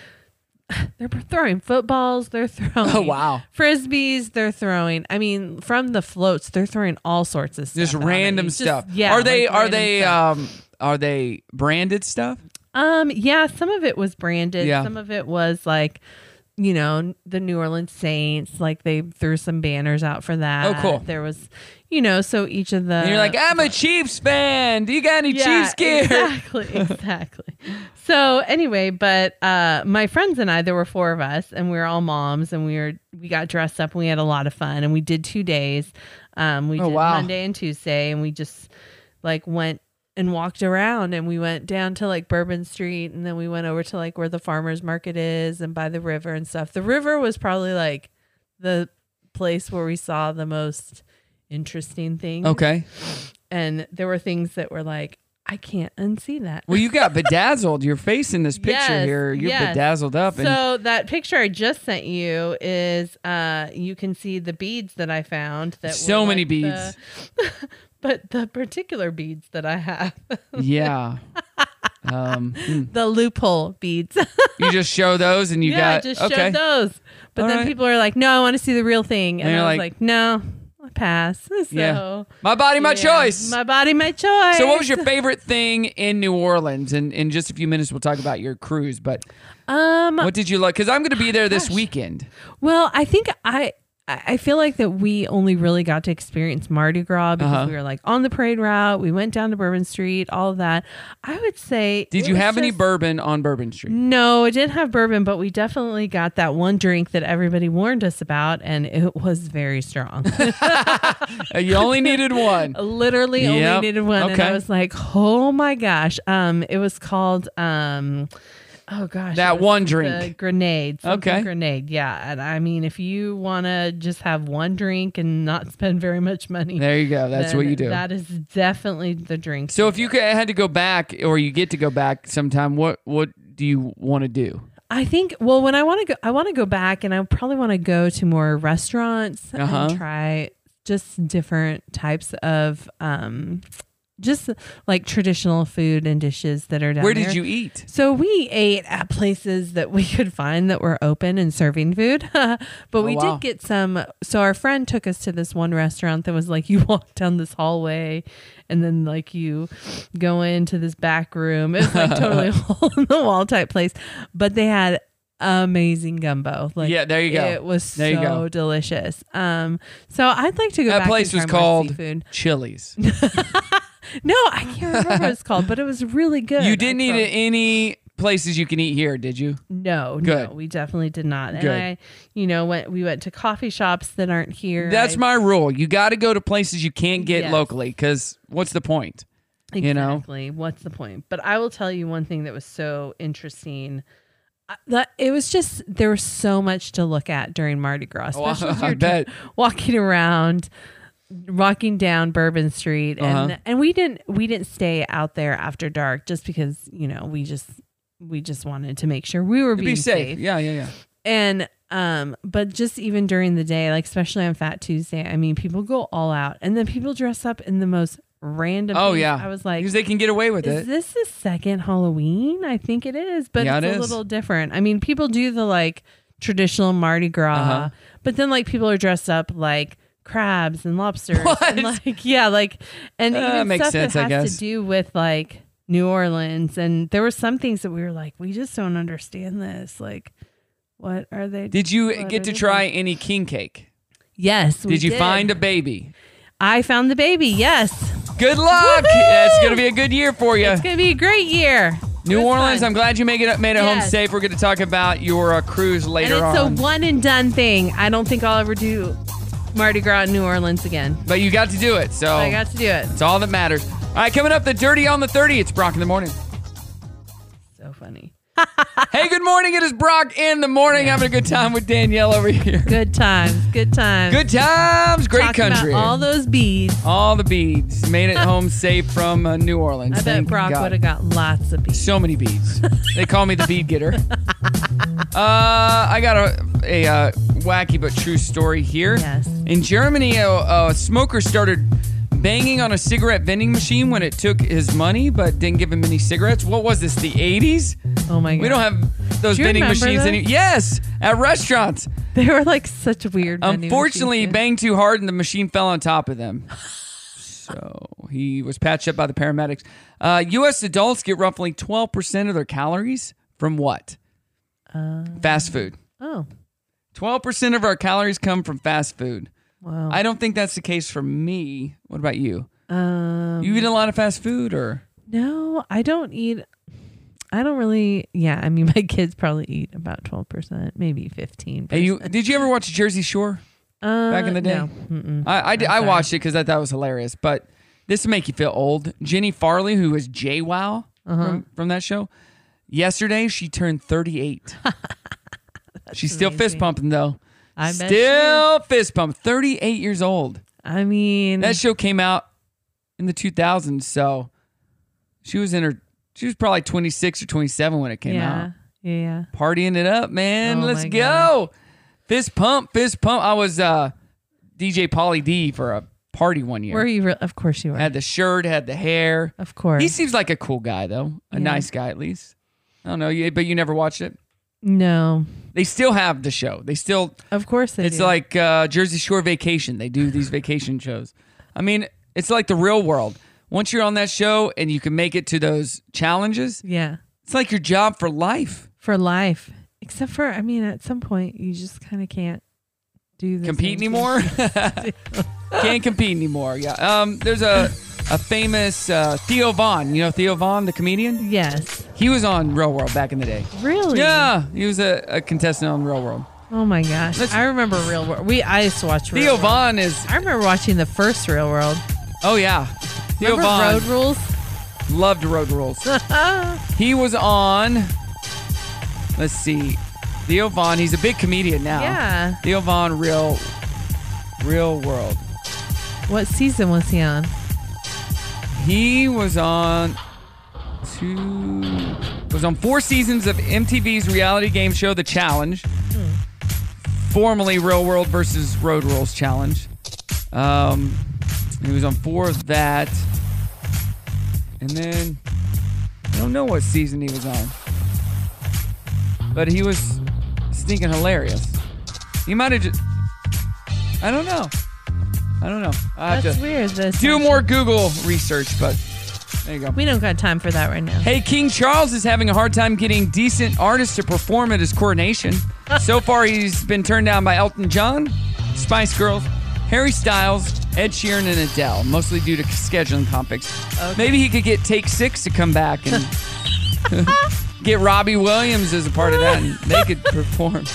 F: *sighs* They're throwing footballs. They're *laughs* throwing.
A: *laughs* Oh, wow.
F: Frisbees. They're throwing. I mean, from the floats, they're throwing all sorts of stuff.
A: Just
F: at
A: random
F: me. Just-
A: stuff.
F: yeah.
A: Are they
F: like
A: are
F: random
A: they
F: stuff.
A: um are they branded stuff?
F: Um, yeah, some of it was branded.
A: Yeah.
F: Some of it was like, you know, the New Orleans Saints. Like they threw some banners out for that.
A: Oh, cool.
F: There was, you know, so each of the
A: and you're like, I'm a Chiefs fan. Do you got any
F: Uh, Yeah,
A: Chiefs gear?
F: Exactly, *laughs* exactly. so anyway, but uh, my friends and I, there were four of us, and we were all moms, and we were we got dressed up, and we had a lot of fun, and we did two days. Um, we
A: Oh,
F: did
A: wow.
F: Monday and Tuesday, and we just like went and walked around and we went down to like Bourbon Street and then we went over to like where the farmers market is and by the river and stuff. The river was probably like the place where we saw the most interesting things.
A: *laughs* Okay.
F: And there were things that were like, I can't unsee that.
A: Well, you got bedazzled. Your face in this picture
F: Yes,
A: here, you're
F: yes.
A: bedazzled up. And
F: So that picture I just sent you is uh you can see the beads that I found that were,
A: So many
F: like, the-
A: beads.
F: *laughs* but the particular beads that I have. *laughs*
A: yeah. Um, hmm.
F: the loophole beads. *laughs*
A: you just show those and you got
F: yeah, I just
A: okay.
F: showed those. But
A: All
F: then
A: right.
F: people are like, "No, I want to see the real thing," and,
A: And you're
F: I was
A: like-
F: like, "No, I pass." *laughs* So,
A: Yeah. My body, my choice.
F: My body, my choice.
A: So, what was
F: *laughs*
A: your favorite thing in New Orleans? And in just a few minutes, we'll talk about your cruise. But
F: Um.
A: what did you like? Because I'm going to be there this weekend.
F: Well, I think I I I feel like that we only really got to experience Mardi Gras because
A: Uh-huh.
F: we were like on the parade route. We went down to Bourbon Street, all of that. I would say.
A: Did
F: it
A: you
F: was
A: have any
F: just-
A: bourbon on Bourbon Street?
F: No, it didn't have bourbon, but we definitely got that one drink that everybody warned us about, and it was very strong.
A: Uh, You
F: *laughs*
A: only needed one.
F: Literally
A: Yep.
F: only needed one. And
A: Okay.
F: I was like, oh my gosh. Um, it was called um oh gosh.
A: That
F: it was
A: one
F: the
A: drink.
F: Grenade. something
A: Okay.
F: Grenade. Yeah. And I mean, if you wanna just have one drink and not *laughs* spend very much money.
A: There you go. That's what
F: then
A: you do.
F: That is definitely the drink.
A: So, if you ca- had to go back, or you get to go back sometime, what what do you want to do?
F: I think well when I want to go I want to go back and I probably want to go to more restaurants
A: Uh-huh.
F: and try just different types of um just like traditional food and dishes that are down
A: Where did
F: there.
A: you eat?
F: So we ate at places that we could find that were open and serving food. *laughs* but we
A: Oh, wow.
F: did get some so our friend took us to this one restaurant that was like you *laughs* walk down this hallway and then like you go into this back room. It was like
A: *laughs*
F: totally a hole in the wall type place. But they had amazing gumbo. Like
A: Yeah, there you go.
F: It was
A: There you
F: so
A: go.
F: delicious. Um so I'd like to go back
A: that
F: and
A: place
F: try
A: was
F: more
A: called
F: seafood.
A: Chili's.
F: No, I can't remember what it's called, but it was really good.
A: You didn't
F: I
A: eat
F: felt-
A: at any places you can eat here, did you?
F: No,
A: Good.
F: no, we definitely did not. And
A: Good.
F: I, you know, went we went to coffee shops that aren't here.
A: That's
F: I-
A: my rule. You got to go to places you can't get
F: Yes.
A: locally because what's the point?
F: exactly.
A: You know?
F: what's the point? But I will tell you one thing that was so interesting. I- That it was just there was so much to look at during Mardi Gras,
A: Oh,
F: especially
A: *laughs* I
F: as you're
A: bet.
F: *laughs* walking around, walking down Bourbon Street, and
A: Uh-huh.
F: and we didn't we didn't stay out there after dark just because you know we just we just wanted to make sure we were
A: Be
F: being
A: safe. Yeah, yeah, yeah.
F: and um but just even during the day like especially on fat tuesday i mean people go all out and then people dress up in the most random
A: Oh,
F: things.
A: yeah.
F: i was like
A: Because they can get away with
F: is
A: it.
F: this the second halloween i think it is but
A: Yeah,
F: it's
A: it
F: a
A: is.
F: little different i mean people do the like traditional mardi gras
A: Uh-huh.
F: but then like people are dressed up like crabs and lobsters and like *laughs* yeah like and
A: Uh,
F: even
A: makes
F: stuff
A: sense, I
F: that has
A: guess.
F: to do with like new orleans and there were some things that we were like we just don't understand this like what are they
A: Did you
F: what
A: get
F: are
A: to
F: they
A: try any king cake?
F: Yes. we
A: Did you find a baby?
F: I found the baby. Yes.
A: Good luck. It's going to be a good year for you.
F: It's gonna be a great year.
A: New Orleans, I'm glad you make it, made it home
F: Yes.
A: safe. We're going to talk about your uh, cruise later
F: and it's
A: on.
F: a one and done thing. I don't think I'll ever do Mardi Gras in New Orleans again.
A: but you got to do it. So
F: I got to do it.
A: it's all that matters. All right, coming up, the Dirty on the 30. It's Brock in the morning.
F: So funny.
A: hey, good morning. It is Brock in the morning. Having a good time with Danielle over here.
F: Good times. Good times.
A: Good times. Great
F: Talking about
A: country.
F: all those beads.
A: All the beads. Made
F: *laughs*
A: it home safe from uh, New Orleans.
F: I bet
A: Thank
F: Brock
A: God.
F: would have got lots of beads.
A: So many beads. they call me the bead
F: *laughs*
A: getter. Uh, I got a, a uh, wacky but true story here. Yes. In Germany, a, a smoker started banging on a cigarette vending machine when it took his money but didn't give him any cigarettes. What was this, the 80s?
F: Oh my God.
A: We
F: *laughs*
A: don't have those
F: Do you
A: vending
F: remember
A: machines
F: those?
A: any. Yes, at restaurants.
F: They were like such weird. vending
A: Unfortunately, he
F: machines.
A: banged too hard and the machine fell on top of them. So he was patched up by the paramedics. Uh, U.S. adults get roughly 12% of their calories from what?
F: Um.
A: fast food.
F: Oh.
A: 12% of our calories come from fast food.
F: Wow.
A: I don't think that's the case for me. What about you?
F: Um,
A: you eat a lot of fast food or?
F: No, I don't eat. I don't really. Yeah, I mean, *laughs* my kids probably eat about twelve percent, maybe fifteen.
A: Hey, you, did you ever watch Jersey Shore
F: Uh,
A: back in the day?
F: no. Mm-mm.
A: I, I, did-
F: I'm
A: I
F: sorry.
A: watched it because I thought it was hilarious, but This will make you feel old. Jenny Farley, who was Jay Wow
F: Uh-huh.
A: from, from that show, yesterday she turned
F: *laughs*
A: 38. She's still fist pumping though.
F: I bet she
A: still fist pump. 38 years old.
F: I mean,
A: that show came out in the 2000s, so she was in her. She was probably 26 or 27 when it came
F: yeah,
A: out.
F: yeah, yeah.
A: Partying it up, man.
F: Oh
A: Let's
F: my
A: go. Fist pump, fist pump. I was uh, DJ Polly D for a party one year.
F: Were you? Re- of course you were.
A: Had the shirt, had the hair.
F: Of course.
A: He seems like a cool guy, though. A
F: Yeah.
A: nice guy, at least. I don't know, you- but you never watched it?
F: no,
A: They still have the show. They still,
F: of course they.
A: it's
F: do.
A: like uh, Jersey Shore Vacation. They do these vacation shows. I mean, it's like the real world. Once you're on that show and you can make it to those challenges,
F: yeah,
A: it's like your job for life.
F: for life. Except for, I mean, at some point you just kind of can't do the
A: compete
F: same thing.
A: anymore.
F: *laughs*
A: Can't compete anymore. Yeah. Um. There's a a famous uh, Theo Vaughn. You know Theo Vaughn, the comedian.
F: Yes.
A: He was on Real World back in the day.
F: Really?
A: Yeah. He was a, a contestant on Real World.
F: Oh my gosh! I remember Real World. We I used to watch Real
A: Theo
F: World.
A: Vaughn is.
F: I remember watching the first Real World.
A: Oh yeah. Theo
F: Remember
A: Vaughn
F: Road Rules?
A: loved Road
F: *laughs*
A: Rules. he was on. Let's see. Theo Vaughn. He's a big comedian now.
F: Yeah.
A: Theo Vaughn, Real, Real World.
F: What season was he on?
A: He was on two was on four seasons of MTV's reality game show The Challenge. Formerly Real World versus Road Rules Challenge. Um he was on four of that. And then I don't know what season he was on. But he was stinking hilarious. He might have just I don't know. I don't know. I have
F: That's
A: to
F: weird. This
A: do more Google research, but there you go.
F: We don't got time for that right now.
A: Hey, King Charles is having a hard time getting decent artists to perform at his coronation. so far, he's been turned down by Elton John, Spice Girls, Harry Styles, Ed Sheeran, and Adele, mostly due to scheduling conflicts.
F: Okay.
A: Maybe he could get Take Six to come back
F: *laughs*
A: and get Robbie Williams as a part of that, and they could perform.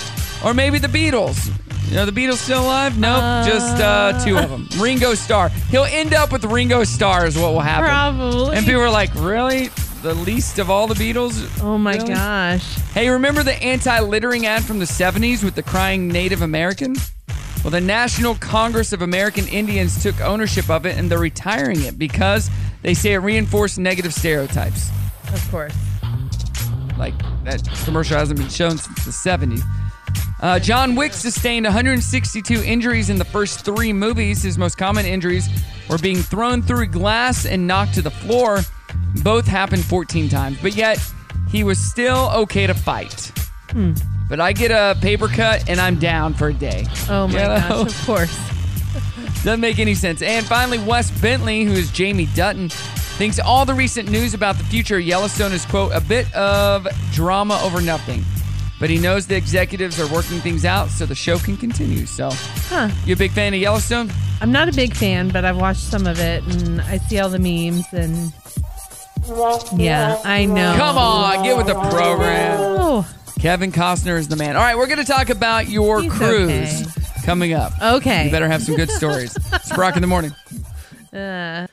A: Or maybe the Beatles. You know, the Beatles still alive? Nope, just uh, two of them. Ringo Starr. He'll end up with Ringo Starr, is what will happen.
F: Probably.
A: And people are like, really? The least of all the Beatles?
F: Oh my
A: Really?
F: gosh.
A: Hey, remember the anti littering ad from the 70s with the crying Native American? Well, the National Congress of American Indians took ownership of it and they're retiring it because they say it reinforced negative stereotypes.
F: Of course.
A: Like, that commercial hasn't been shown since the 70s. Uh, John Wick sustained 162 injuries in the first three movies. His most common injuries were being thrown through glass and knocked to the floor. Both happened 14 times, but yet he was still okay to fight.
F: Hmm.
A: But I get a paper cut and I'm down for a day.
F: Oh my
A: You know?
F: gosh. Of course.
A: Doesn't make any sense. And finally, Wes Bentley, who is Jamie Dutton, thinks all the recent news about the future of Yellowstone is, quote, a bit of drama over nothing. But he knows the executives are working things out so the show can continue. So,
F: Huh.
A: you a big fan of Yellowstone?
F: I'm not a big fan, but I've watched some of it and I see all the memes and yeah, I know.
A: Come on, get with the program.
F: Oh,
A: Kevin Costner is the man. All right, we're going to talk about your cruise
F: okay.
A: coming up.
F: Okay.
A: You better have some
F: *laughs*
A: good stories. it's Brock in the morning.
F: uh,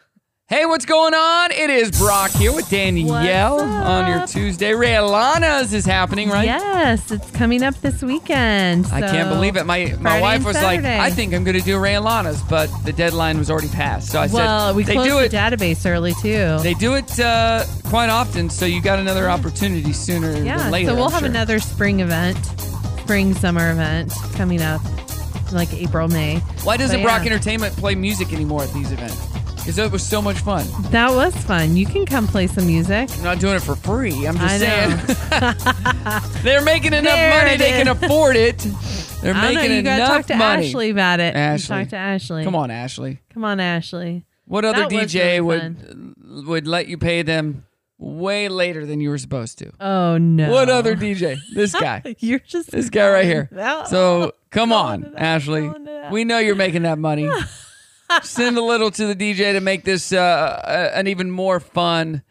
A: Hey, what's going on? It is Brock here with Danielle on your Tuesday. Rihanna's is happening, right?
F: Yes, it's coming up this weekend.
A: I can't
F: so-
A: believe it. My my
F: Friday
A: wife
F: and
A: was
F: Saturday.
A: like, I think I'm going to do Rihanna's, but the deadline was already passed. So I
F: well,
A: said,
F: we
A: they
F: closed
A: do
F: the
A: it.
F: database early too.
A: They do it uh, quite often, so you got another opportunity sooner
F: yeah,
A: than later.
F: so we'll
A: I'm
F: have
A: sure.
F: another spring event, spring summer event coming up, like April May.
A: Why doesn't
F: But,
A: Brock
F: yeah.
A: Entertainment play music anymore at these events? Because it was so much fun.
F: That was fun. You can come play some music.
A: I'm not doing it for free. I'm just
F: I
A: saying.
F: know.
A: *laughs* They're making enough
F: There
A: money
F: it
A: they can
F: is.
A: afford it. They're
F: I don't know,
A: making
F: you gotta
A: enough
F: talk to
A: money.
F: Ashley about it. You
A: Ashley.
F: talk to Ashley.
A: Come on, Ashley.
F: Come on, Ashley.
A: What other
F: That was
A: DJ
F: really
A: would would let you pay them way later than you were supposed to?
F: Oh no.
A: What other DJ?
F: *laughs*
A: This guy.
F: You're just
A: this guy right
F: *laughs*
A: here.
F: No.
A: So come on, Ashley. We know you're making that
F: *laughs*
A: money. Send a little to the DJ to make this uh, a- an even more fun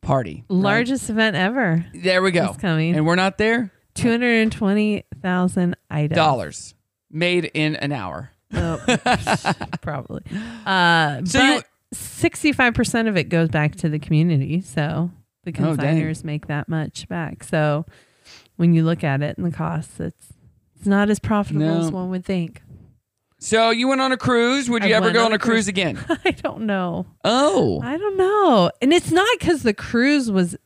A: party.
F: Largest event ever.
A: There we go.
F: It's coming.
A: And we're not there.
F: Two hundred and twenty thousand items.
A: Dollars made in an hour.
F: Oh, *laughs* probably. Uh,
A: So
F: but
A: you
F: 65% of it goes back to the community. So the
A: Oh, dang.
F: consigners make that much back. So when you look at it and the costs, it's, it's not as profitable
A: No.
F: as one would think. *laughs*
A: So you went on a cruise. Would you
F: I
A: ever
F: went
A: go on
F: on
A: a
F: a
A: cruise
F: cruise.
A: again?
F: *laughs* I don't know.
A: Oh.
F: I don't know. And it's not because the cruise was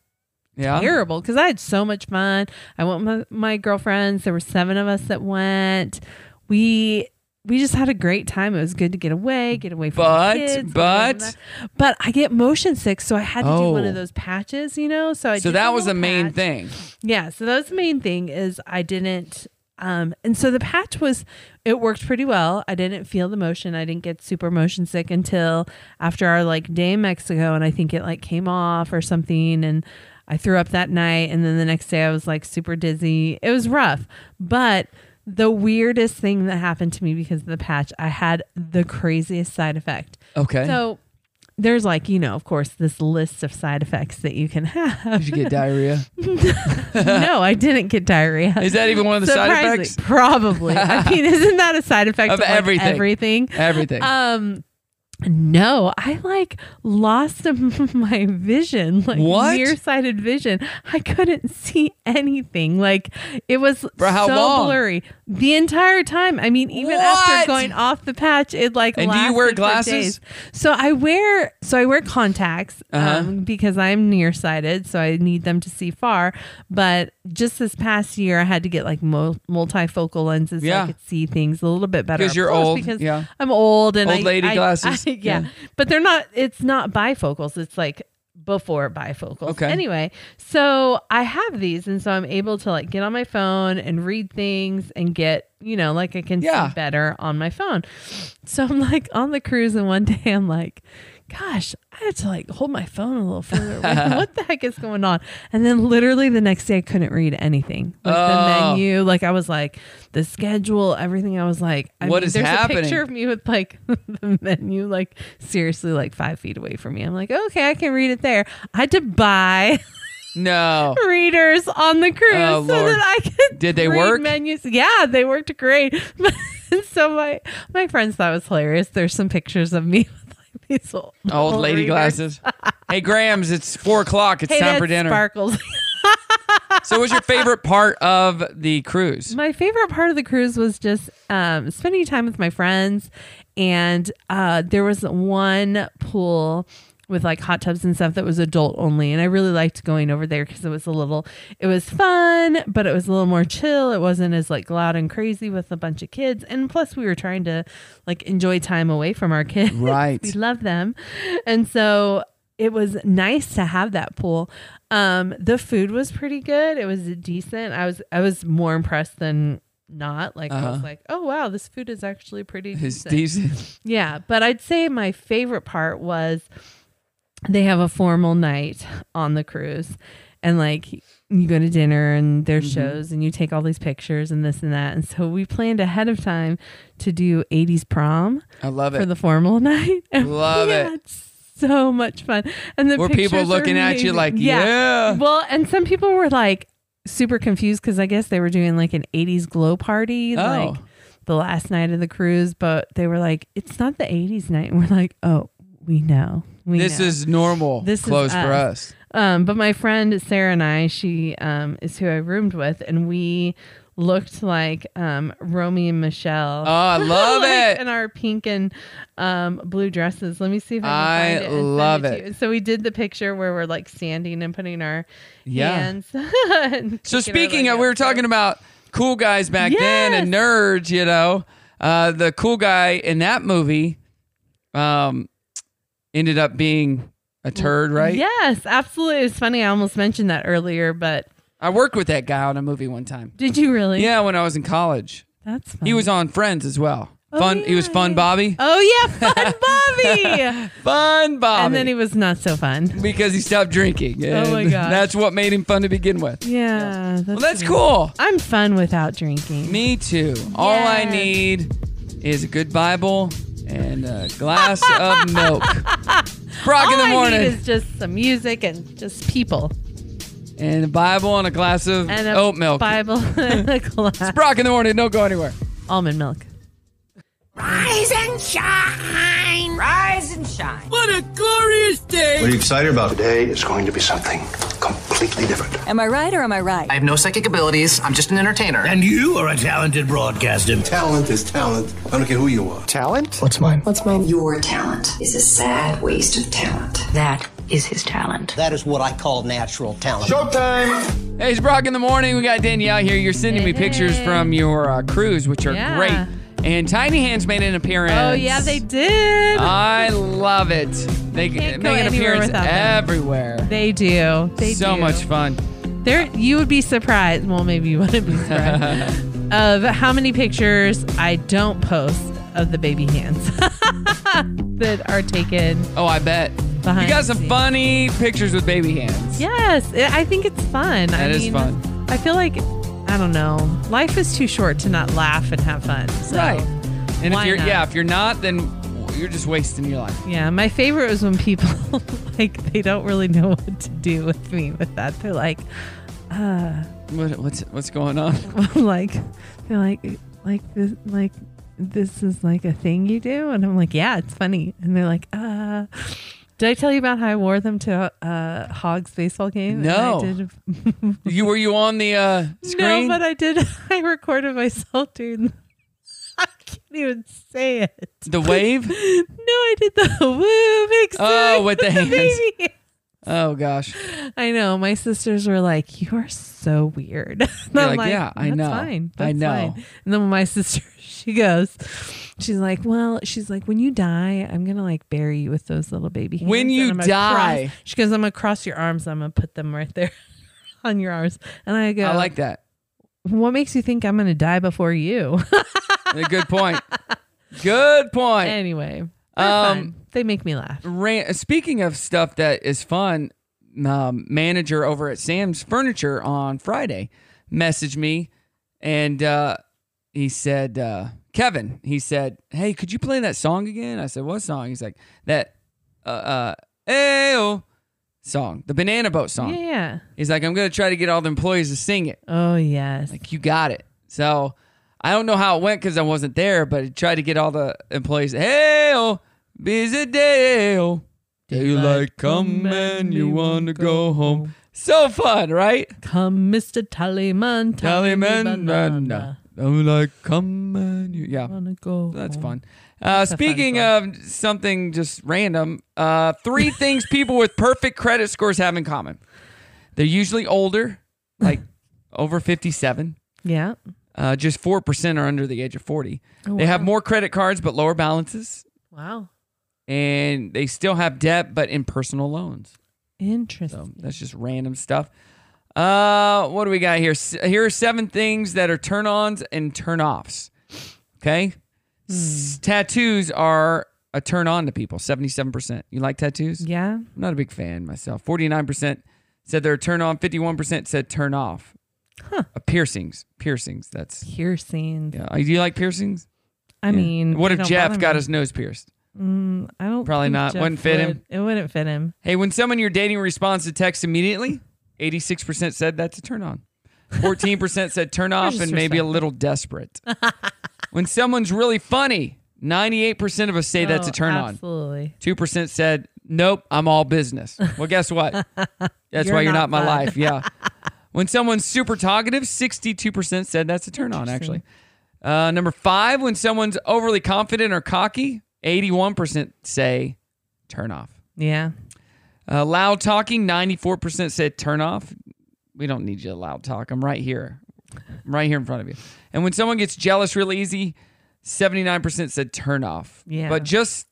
A: Yeah.
F: terrible, because I had so much fun. I went with my, my girlfriends. There were seven of us that went. We we just had a great time. It was good to get away, get away from
A: But-
F: the kids,
A: but-
F: get away from that. but I get motion sick, so I had to do one
A: Oh.
F: of those patches, you know. So I
A: So
F: did the
A: that was the
F: little
A: main
F: patch.
A: thing.
F: Yeah, so that was the main thing is I didn't um and so the patch was it worked pretty well. I didn't feel the motion. I didn't get super motion sick until after our like day in Mexico and I think it like came off or something and I threw up that night and then the next day I was like super dizzy. It was rough, but the weirdest thing that happened to me because of the patch, I had the craziest side effect.
A: Okay.
F: So there's like, you know, of course, this list of side effects that you can *laughs* have.
A: Did *laughs* you get
F: *laughs*
A: diarrhea?
F: no, I didn't get diarrhea.
A: Is that even one of the side
F: Surprisingly,
A: effects?
F: Probably. I mean, isn't that a side effect
A: *laughs* Of
F: of, like,
A: everything. Everything.
F: everything. Um, no, I like lost *laughs* my vision, like
A: What?
F: nearsighted vision. I couldn't see anything. Like it was
A: For how
F: so
A: long?
F: blurry the entire time. I mean, even after
A: What?
F: going off the patch, it like
A: And do you wear
F: lasted for
A: glasses?
F: days. So I wear so I wear contacts
A: Uh-huh.
F: um, because I'm nearsighted, so I need them to see far. But just this past year, I had to get like mul- multifocal lenses
A: Yeah.
F: so I could see things a little bit better.
A: 'Cause you're
F: Plus,
A: old,
F: Because
A: yeah.
F: I'm old and
A: Old
F: I-
A: lady
F: I-
A: glasses.
F: I- *laughs* yeah.
A: Yeah.
F: but they're not. It's not bifocals. It's like before bifocals.
A: Okay.
F: Anyway, so I have these, and so I'm able to like get on my phone and read things and get you know like I can
A: Yeah.
F: see better on my phone. So I'm like on the cruise, and one *laughs* day I'm like, gosh, I have to like hold my phone a little further.
A: *laughs*
F: away. what the heck is going on? And then literally the next day, I couldn't read anything. Like the
A: Oh.
F: menu, like I was like the schedule, everything. I was like, I
A: What
F: mean,
A: is
F: there's
A: happening?
F: A picture of me with like *laughs* the menu, like seriously, like five feet away from me. I'm like, okay, I can read it there. I had to buy *laughs*
A: No.
F: readers on the cruise
A: Oh,
F: so
A: Lord.
F: that I could.
A: Did they
F: read
A: work?
F: Menus. Yeah, they worked great. *laughs* so my my friends thought it was hilarious. There's some pictures of me *laughs* with like these old,
A: Old lady
F: readers.
A: glasses. hey, Grams, it's four o'clock. It's
F: Hey,
A: time
F: that
A: for dinner.
F: Sparkles.
A: So, what's your favorite part of the
F: *laughs*
A: cruise?
F: My favorite part of the cruise was just um, spending time with my friends, and uh, there was one pool with like hot tubs and stuff that was adult only, and I really liked going over there because it was a little, it was fun, but it was a little more chill. It wasn't as like loud and crazy with a bunch of kids, and plus we were trying to like enjoy time away from our kids.
A: Right.
F: we love them, and so it was nice to have that pool. Um, the food was pretty good. It was decent. I was I was more impressed than not. Like I was
A: Uh-huh.
F: like, oh wow, this food is actually pretty
A: It's
F: decent.
A: decent.
F: Yeah, but I'd say my favorite part was they have a formal night on the cruise, and like you go to dinner and there's
A: Mhm.
F: shows and you take all these pictures and this and that. And so we planned ahead of time to do 80s prom.
A: I love
F: for
A: it.
F: the formal *laughs* night. And
A: Love
F: we
A: it.
F: had So much fun. And the
A: Were people
F: pictures are
A: looking at you
F: amazing.
A: like, "Yeah"?
F: Well, and some people were like super confused because I guess they were doing like an 80s glow party.
A: Oh.
F: Like the last night of the cruise, but they were like, it's not the 80s night. And we're like, oh, we know. We
A: this
F: know.
A: is normal.
F: This is
A: close for us.
F: us. Um, but my friend Sarah and I, she um, is who I roomed with, and we looked like um, Romy and Michelle.
A: Oh,
F: *laughs*
A: I love
F: Like,
A: it.
F: In our pink and um, blue dresses. Let me see if I can
A: I
F: find it. and send
A: love
F: to
A: it.
F: you. So we did the picture where we're like standing and putting our
A: Yeah.
F: hands. *laughs*
A: So speaking of, we were talking about cool guys back then and nerds. You know, uh, the cool guy in that movie um, ended up being a
F: Mm,
A: turd, right?
F: Yes, absolutely. It's funny. I almost mentioned that earlier, but
A: I worked with that guy on a movie one time.
F: did you really?
A: Yeah, when I was in college.
F: That's
A: He was on Friends as well. fun. he was fun, Bobby.
F: Oh
A: *laughs*
F: yeah, fun Bobby.
A: Fun Bobby.
F: And then he was not so fun.
A: because he stopped drinking.
F: Oh my
A: and *laughs*
F: gosh.
A: That's what made him fun to begin with.
F: Yeah. That's
A: Well, that's cool.
F: I'm fun without drinking.
A: Me too. All I
F: Yes.
A: need is a good Bible and a glass
F: *laughs*
A: of milk. Frog
F: All
A: in the morning
F: I need is just some music and just people
A: and a Bible and a glass of
F: and a
A: oat milk.
F: Bible *laughs* and a glass.
A: Brock in the morning. Don't go anywhere.
F: Almond milk.
B: Rise and shine! Rise and shine! What a glorious day!
T: What are you excited about? Today is going to be something completely different.
U: Am I right or am I right?
V: I have no psychic abilities. I'm just an entertainer. And you are a talented broadcaster.
T: Talent is talent. I don't care who you are. Talent? What's mine?
W: What's mine? Your talent is a sad waste of talent. That is his talent.
V: That is what I call natural talent.
A: Showtime! Hey, it's Brock in the morning. We got Danielle here. You're sending me pictures from your uh, cruise, which are
F: Yeah.
A: great. And Tiny Hands made an appearance.
F: Oh yeah, they did.
A: I love it. They
F: Can't go
A: make an
F: anywhere
A: appearance
F: without them.
A: everywhere.
F: They do. They
A: so
F: do.
A: much fun.
F: There, you would be surprised. Well, maybe you
A: *laughs*
F: wouldn't be surprised of how many pictures I don't post of the baby hands *laughs* that are taken.
A: Oh, I bet.
F: Behind
A: you got
F: the
A: some funny pictures with baby hands.
F: Yes, I I think it's fun.
A: That
F: I
A: is
F: mean,
A: fun.
F: I feel like I don't know. Life is too short to not laugh and have fun. So
A: Right. And
F: why
A: if you're
F: not?
A: yeah, if you're not, then you're just wasting your life.
F: Yeah, my favorite was when people *laughs* like they don't really know what to do with me with that. They're like, *laughs* uh,
A: What, what's what's going on? *laughs*
F: I'm like, they're like, like this, like this is like a thing you do, and I'm like, yeah, it's funny. And they're like, uh, did I tell you about how I wore them to uh, Hogs baseball game? And I
A: No.
F: did *laughs*
A: you were you on the uh, screen?
F: No, but I did. *laughs* I recorded myself doing. *laughs* I can't even say it.
A: The wave?
F: *laughs* No, I did the *laughs* woo big
A: Oh, with the hands.
F: *laughs* baby.
A: oh gosh.
F: I know. My sisters were like, "You are so weird." *laughs* And
A: You're
F: I'm
A: like, "Yeah, I
F: "That's
A: know.
F: Fine.
A: I
F: That's
A: know."
F: Fine. And then my *laughs* sister, she goes, she's like, "Well, she's like, when you die, I'm gonna like bury you with those little baby hands.
A: When
F: and
A: you
F: I'm gonna
A: die.
F: cross-" she goes, I'm gonna cross your arms. I'm gonna put them right there *laughs* on your arms." And I go,
A: I like that.
F: What makes you think I'm gonna die before you?
A: A good point. Good point.
F: *laughs* Anyway,
A: um,
F: they make me laugh.
A: Ran- speaking of stuff that is fun, um, manager over at Sam's Furniture on Friday messaged me, and uh, he said, uh, "Kevin," he said, "Hey, could you play that song again?" I said, "What song?" He's like, "That uh, uh, Ayo song, the Banana Boat song."
F: Yeah, yeah.
A: He's like, "I'm gonna try to get all the employees to sing it."
F: Oh yes.
A: Like you got it. So I don't know how it went because I wasn't there, but I tried to get all the employees. Hey, oh, busy day. oh. Daylight come and you wanna go home. So fun, right?
F: Come, Mister Tallyman,
A: Tallyman,
F: Tallyman,
A: banana. Daylight come and you. Yeah,
F: wanna go.
A: that's
F: home.
A: fun. Uh,
F: That's a fun
A: speaking of something just random, uh, *laughs* three things people with perfect credit scores have in common. They're usually older, like over 57.
F: Yeah.
A: Uh, just 4% are under the age of 40.
F: Oh,
A: they have
F: wow.
A: more credit cards, but lower balances.
F: Wow.
A: And they still have debt, but in personal loans.
F: Interesting.
A: That's just random stuff. Uh, what do we got here? S- Here are seven things that are turn ons and turn offs. Okay.
F: Hmm.
A: S- tattoos are a turn on to people, 77%. You like tattoos?
F: Yeah.
A: I'm not a big fan myself. 49% said they're a turn on, 51% said turn off. Huh. Uh, piercings. Piercings. That's.
F: Piercings.
A: Yeah. Uh, Do you like piercings?
F: I mean,
A: what
F: they
A: if
F: don't
A: Jeff
F: bother
A: got
F: me.
A: his nose pierced?
F: Mm, I don't.
A: Probably
F: think
A: not.
F: Jeff
A: Wouldn't fit him.
F: would. It wouldn't fit him.
A: Hey, when someone you're dating responds to text immediately, 86% said that's a turn on. 14% said turn off
F: *laughs* just
A: and maybe a
F: respectful.
A: little
F: *laughs*
A: desperate. when someone's really funny, 98% of us say that's a
F: Oh,
A: turn
F: Absolutely.
A: on. 2% said, nope, I'm all business. Well, guess
F: *laughs*
A: what? That's
F: You're
A: why you're not,
F: not
A: my
F: fun.
A: life.
F: *laughs*
A: Yeah. when someone's super talkative, 62% said that's a turn on, actually. Uh, number five, when someone's overly confident or cocky, 81% say turn off.
F: Yeah.
A: Uh, loud talking, 94% said turn off. We don't need you to loud talk. I'm right here. I'm right here in front of you. And when someone gets jealous real easy, 79% said turn off.
F: Yeah.
A: But just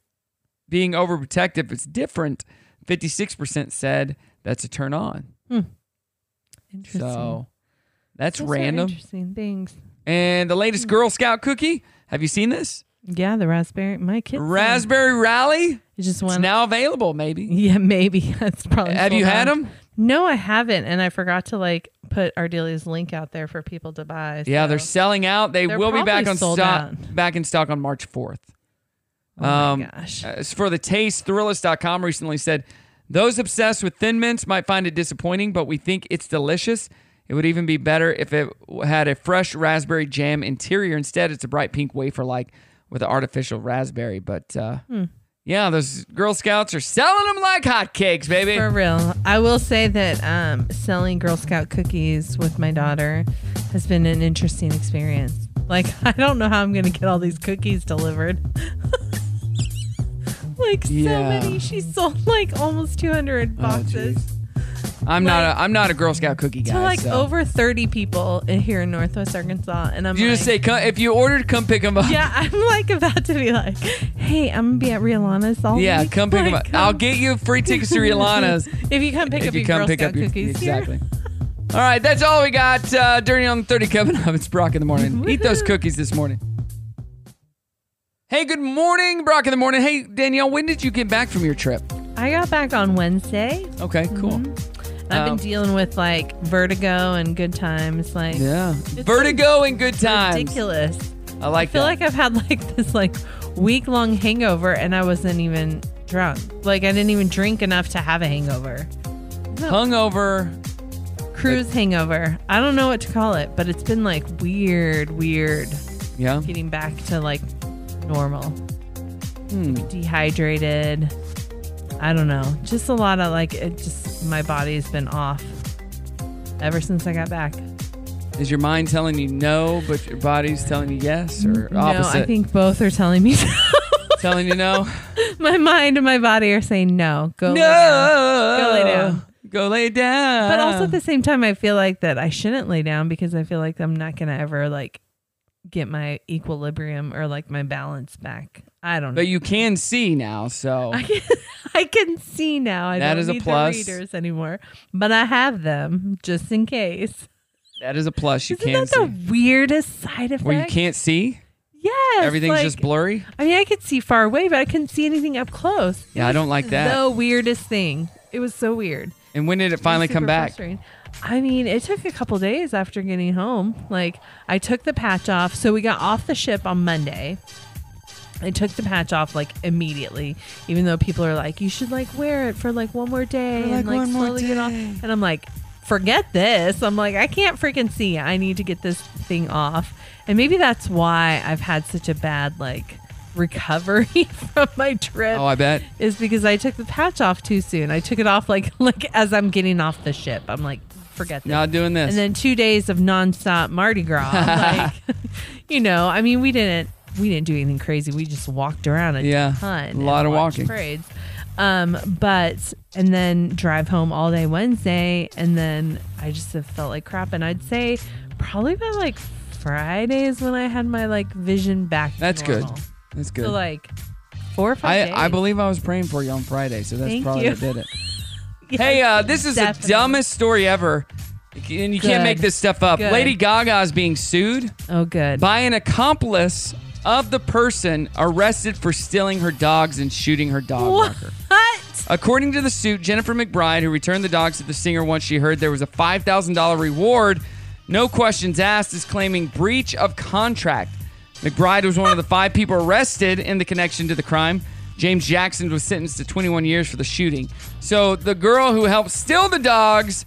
A: being overprotective is different. 56% said that's a turn on.
F: Interesting.
A: So that's
F: Those are
A: random.
F: Interesting Hmm. things.
A: And the latest Girl Scout cookie. Have you seen this?
F: Yeah, the raspberry. My kids.
A: Raspberry Rally.
F: It's
A: It's
F: just one.
A: now available, maybe.
F: yeah, maybe *laughs* that's probably.
A: Have you
F: sold
A: had
F: out.
A: 'em?
F: No, I haven't, and I forgot to like put Ardelia's link out there for people to buy.
A: Yeah,
F: so-
A: they're selling out. They
F: They're
A: will be back
F: probably
A: on
F: sold
A: stock back in stock on March 4th. Oh um,
F: gosh.
A: As for the taste, Thrillist.com recently said those obsessed with Thin Mints might find it disappointing, but we think it's delicious. It would even be better if it w- had a fresh raspberry jam interior. Instead, it's a bright pink wafer like with an artificial raspberry. But uh,
F: Hmm.
A: yeah, those Girl Scouts are selling them like hotcakes, baby.
F: For real. I will say that um, selling Girl Scout cookies with my daughter has been an interesting experience. Like, *laughs* I don't know how I'm going to get all these cookies delivered. *laughs* like, so
A: Yeah. Oh,
F: many. She sold like almost 200 boxes
A: I'm not. A, I'm not a Girl Scout cookie guy.
F: to like
A: so.
F: over 30 people in- here in Northwest Arkansas. And I'm
A: you
F: like,
A: just say, come, if you ordered, come pick them up.
F: *laughs* yeah, I'm like about to be like, hey, I'm going to be at Rialana's all
A: Yeah,
F: week.
A: come pick them
F: Like,
A: up. I'll get you
F: *laughs*
A: free tickets to Rialana's.
F: if you come pick
A: if
F: up
A: you
F: your
A: come
F: Girl
A: pick
F: Scout
A: up your-
F: cookies here. *laughs*
A: exactly. All right, that's all we got. Uh, Dirty on the 30 coming up. It's Brock in the morning. Eat those cookies this morning. Hey, good morning, Brock in the morning. Hey, Danielle, when did you get back from your trip?
F: I got back on Wednesday.
A: Okay,
F: Mm-hmm.
A: cool.
F: I've
A: Um,
F: been dealing with like vertigo and good times. Like,
A: Yeah. Vertigo and good times.
F: ridiculous.
A: I like
F: I feel
A: that.
F: like I've had like *laughs* this like week long hangover and I wasn't even drunk. Like, I didn't even drink enough to have a hangover.
A: Hungover.
F: Cruise hangover. I don't know what to call it, but it's been like weird, weird.
A: Yeah.
F: Getting back to like normal.
A: Hmm.
F: Dehydrated. I don't know. Just a lot of like, it just, my body's been off ever since I got back.
A: Is your mind telling you no, but your body's telling you yes, or opposite?
F: No, I think both are telling me *laughs*
A: telling you no.
F: my mind and my body are saying no. Go lay down.
A: no.
F: Go lay down.
A: Go lay down.
F: But also at the same time, I feel like that I shouldn't lay down because I feel like I'm not gonna ever like get my equilibrium or like my balance back. I don't know.
A: But you can see now, so
F: *laughs* I can see now. I
A: That
F: don't
A: is a
F: need
A: plus.
F: the readers anymore, but I have them just in case.
A: that is a plus. You
F: Isn't
A: can
F: that the
A: see.
F: weirdest side effect?
A: Where you can't see?
F: Yes,
A: Everything's
F: like-
A: just blurry?
F: I mean, I could see far away, but I couldn't see anything up close.
A: Yeah, I don't like that.
F: The weirdest thing. It was so weird.
A: And when did it finally
F: Super
A: come back?
F: frustrating. I mean, it took a couple days after getting home. Like, I took the patch off. So we got off the ship on Monday. I took the patch off like immediately, even though people are like, you should like wear it for like one more day
B: For,
F: and
B: like,
F: like
B: one more
F: slowly get off. And I'm like, forget this. I'm like, I can't freaking see. I need to get this thing off. And maybe that's why I've had such a bad like *laughs* recovery *laughs* from my trip
A: Oh, I bet.
F: is because I took the patch off too soon. I took it off like *laughs* like as I'm getting off the ship. I'm like, forget this.
A: Not doing this.
F: And then two days of nonstop Mardi Gras.
A: *laughs*
F: like, *laughs* you know, I mean, we didn't we didn't do anything crazy. We just walked around a
A: Yeah,
F: ton,
A: a
F: and
A: lot of
F: watched
A: walking.
F: parades. Um, but and then drive home all day Wednesday, and then I just have felt like crap. And I'd say probably by like Friday is when I had my like vision back. to
A: That's good.
F: normal.
A: That's good.
F: So like four or five.
A: I, I
F: days.
A: believe I was praying for you on Friday, so that's
F: Thank
A: probably
F: you.
A: what
F: *laughs*
A: did it.
F: Yes,
A: hey, uh, this is
F: definitely.
A: the dumbest story ever. And you can't
F: Good.
A: make this stuff up.
F: Good.
A: Lady Gaga is being sued.
F: Oh, good.
A: By an accomplice of the person arrested for stealing her dogs and shooting her dog
F: What?
A: walker. According to the suit, Jennifer McBride, who returned the dogs to the singer once she heard there was a $5,000 reward, no questions asked, is claiming breach of contract. McBride was one of the five people arrested in the connection to the crime. James Jackson was sentenced to 21 years for the shooting. So the girl who helped steal the dogs,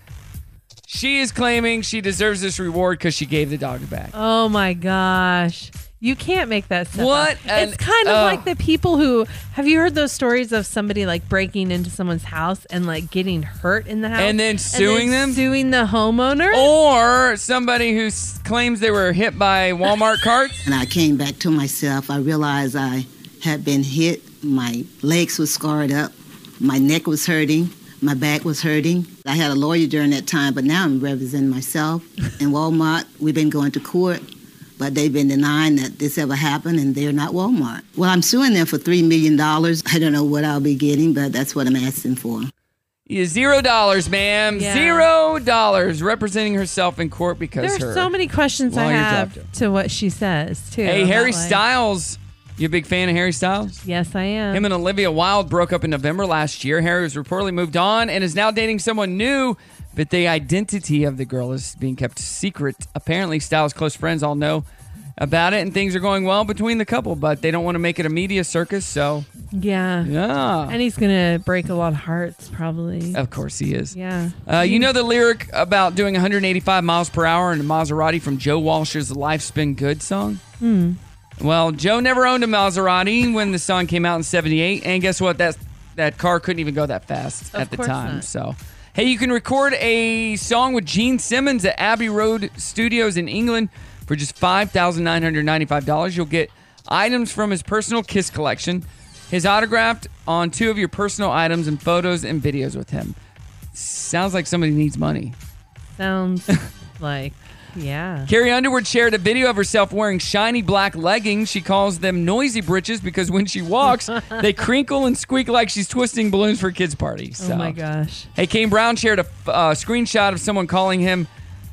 A: she is claiming she deserves this reward because she gave the dog back.
F: Oh my gosh. You can't make that stuff.
A: What
F: up.
A: an-
F: it's kind of
A: oh.
F: like the people who have you heard those stories of somebody like breaking into someone's house and like getting hurt in the house
A: And then suing them? Oh,
F: suing the homeowner.
A: Or somebody who s- claims they were hit by Walmart carts.
I: And I came back to myself. I realized I had been hit. My legs were scarred up. My neck was hurting. My back was hurting. I had a lawyer during that time, but now I'm representing myself. And Walmart, we've been going to court, but they've been denying that this ever happened, and they're not Walmart. Well, I'm suing them for $3 million. I don't know what I'll be getting, but that's what I'm asking for.
A: Yeah, zero dollars, ma'am. Zero dollars representing herself in court because
F: There's
A: her
F: so many questions I
A: lawyer dropped
F: have to what she says too.
A: it. Hey,
F: I'm
A: Harry
F: not like-
A: Styles. You a big fan of Harry Styles?
F: Yes, I am.
A: Him and Olivia Wilde broke up in November last year. Harry has reportedly moved on and is now dating someone new, but the identity of the girl is being kept secret. Apparently, Styles' close friends all know about it, and things are going well between the couple, but they don't want to make it a media circus, so
F: yeah.
A: Yeah.
F: And he's gonna break a lot of hearts probably.
A: of course he is.
F: Yeah.
A: Uh, you know the lyric about doing 185 miles per hour in a Maserati from Joe Walsh's Life's Been Good song?
F: Hmm.
A: Well, Joe never owned a Maserati when the song came out in 78. And guess what? That, that car couldn't even go that fast
F: Of
A: at the
F: course
A: time.
F: not.
A: So, hey, you can record a song with Gene Simmons at Abbey Road Studios in England for just $5,995. You'll get items from his personal Kiss collection, his autographed on two of your personal items, and photos and videos with him. Sounds like somebody needs money. *laughs*
F: Sounds like, yeah.
A: Carrie Underwood shared a video of herself wearing shiny black leggings. She calls them noisy britches because when she
F: *laughs*
A: walks, they crinkle and squeak like she's twisting balloons for a kids' party. So.
F: Oh my gosh.
A: Hey, Kane Brown shared a uh, screenshot of someone calling him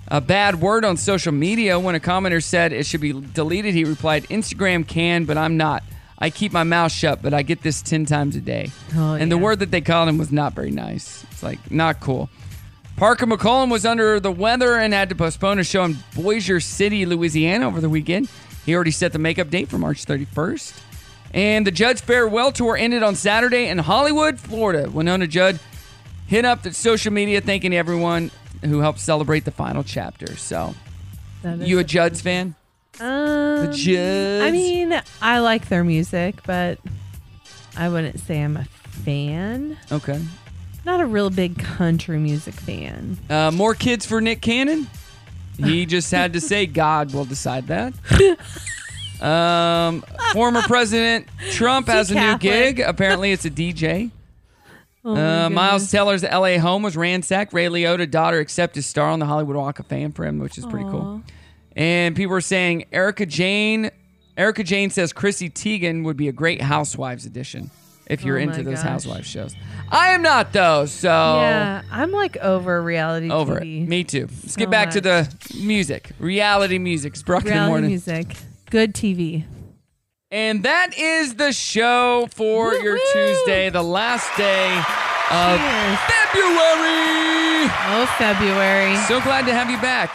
A: a bad word on social media. When a commenter said it should be deleted, he replied, Instagram can, but I'm not. I keep my mouth shut, but I get this 10 times a day.
F: Oh,
A: and the
F: yeah.
A: word that they called him was not very nice. It's like, not cool. Parker McCollum was under the weather and had to postpone a show in Boisier City, Louisiana over the weekend. He already set the makeup date for March 31st. And the Judge Farewell Tour ended on Saturday in Hollywood, Florida. Winona Judd hit up the social media thanking everyone who helped celebrate the final chapter. So,
F: That is
A: you a Judds fan?
F: Um, I
A: Judds.
F: mean, I like their music, but I wouldn't say I'm a fan.
A: Okay.
F: Not a real big country music fan.
A: Uh, more kids for Nick Cannon.
F: *laughs*
A: He just had to say God will decide that. *laughs* Um, former President Trump
F: Is he
A: has a new
F: Catholic?
A: gig. Apparently, it's a DJ.
F: Oh my
A: uh, Miles
F: goodness.
A: Teller's LA home was ransacked. Ray Liotta daughter accepted star on the Hollywood Walk of Fame for him, which is pretty cool. And people are saying Erica Jane. Erica Jane says Chrissy Teigen would be a great Housewives edition if you're
F: Oh my
A: into those
F: gosh.
A: Housewives shows. I am not though, so
F: Yeah, I'm like over reality
A: over it.
F: TV.
A: Me too. Let's
F: so
A: get back to the music. Reality music. It's Brock in the
F: Reality
A: morning.
F: music. Good TV.
A: And that is the show for your Tuesday, the last day of February.
F: Oh, February.
A: So glad to have you back.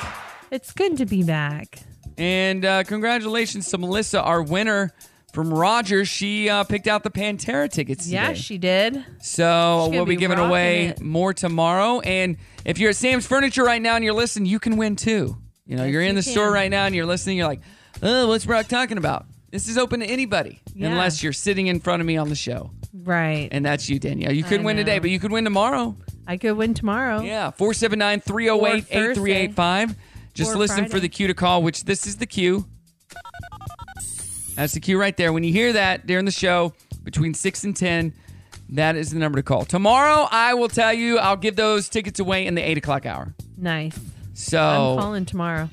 F: It's good to be back.
A: And uh, congratulations to Melissa, our winner from Rogers. She uh, picked out the Pantera tickets.
F: Yeah,
A: today.
F: she did.
A: So
F: She's gonna
A: we'll be,
F: be
A: giving
F: rocking
A: away
F: it.
A: more tomorrow. And if you're at Sam's Furniture right now and you're listening, you can win too. You know, you're in
F: you
A: the store
F: can.
A: right now and you're listening, you're like, oh, what's Brock talking about? This is open to anybody
F: Yeah.
A: unless you're sitting in front of me on the show.
F: Right.
A: And that's you, Danielle. You could
F: I
A: win today,
F: know.
A: but you could win tomorrow.
F: I could win tomorrow.
A: Yeah, 479 308 8385. Just
F: Or
A: listen for
F: Friday.
A: the cue to call, which this is the cue. That's the cue right there. When you hear that during the show between 6 and 10, that is the number to call. Tomorrow, I will tell you, I'll give those tickets away in the 8 o'clock hour.
F: Nice. I'm
A: So
F: calling tomorrow.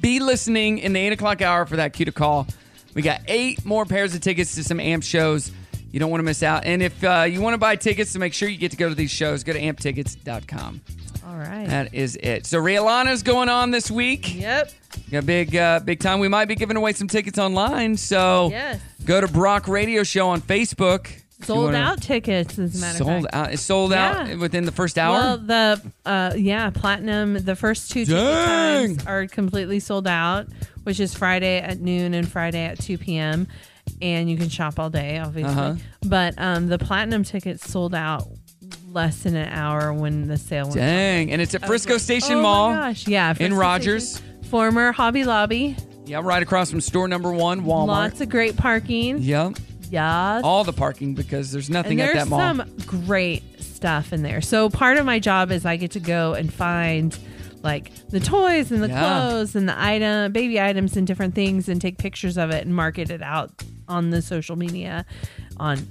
A: be listening in the 8 o'clock hour for that cue to call. We got eight more pairs of tickets to some AMP shows. You don't want to miss out. And if uh, you want to buy tickets to make sure you get to go to these shows, go to amptickets.com.
F: All right.
A: That is it. So Rihanna's going on this week.
F: Yep.
A: Got big, uh, big time. We might be giving away some tickets online. So
F: Yes.
A: go to Brock Radio Show on Facebook. if you
F: Sold
A: wanna-
F: out tickets, as a matter of fact.
A: Sold out. It's sold
F: Yeah.
A: out within the first hour.
F: Well, the uh, yeah, platinum. The first two ticket
A: Dang.
F: times are completely sold out, which is Friday at noon and Friday at two p.m. And you can shop all day, obviously.
A: Uh-huh.
F: But um, the platinum tickets sold out less than an hour when the sale went.
A: Dang. And it's at
F: I was
A: Frisco
F: like,
A: Station
F: oh my
A: Mall.
F: gosh, yeah,
A: in
F: Frisco
A: Rogers.
F: Station. former Hobby Lobby.
A: Yeah, right across from store number one, Walmart.
F: Lots of great parking.
A: Yep.
F: Yes.
A: All the parking because there's nothing
F: and
A: at
F: there's
A: that mall.
F: some great stuff in there. So part of my job is I get to go and find like the toys and the
A: Yeah.
F: clothes and the item, baby items and different things, and take pictures of it and market it out on the social media, on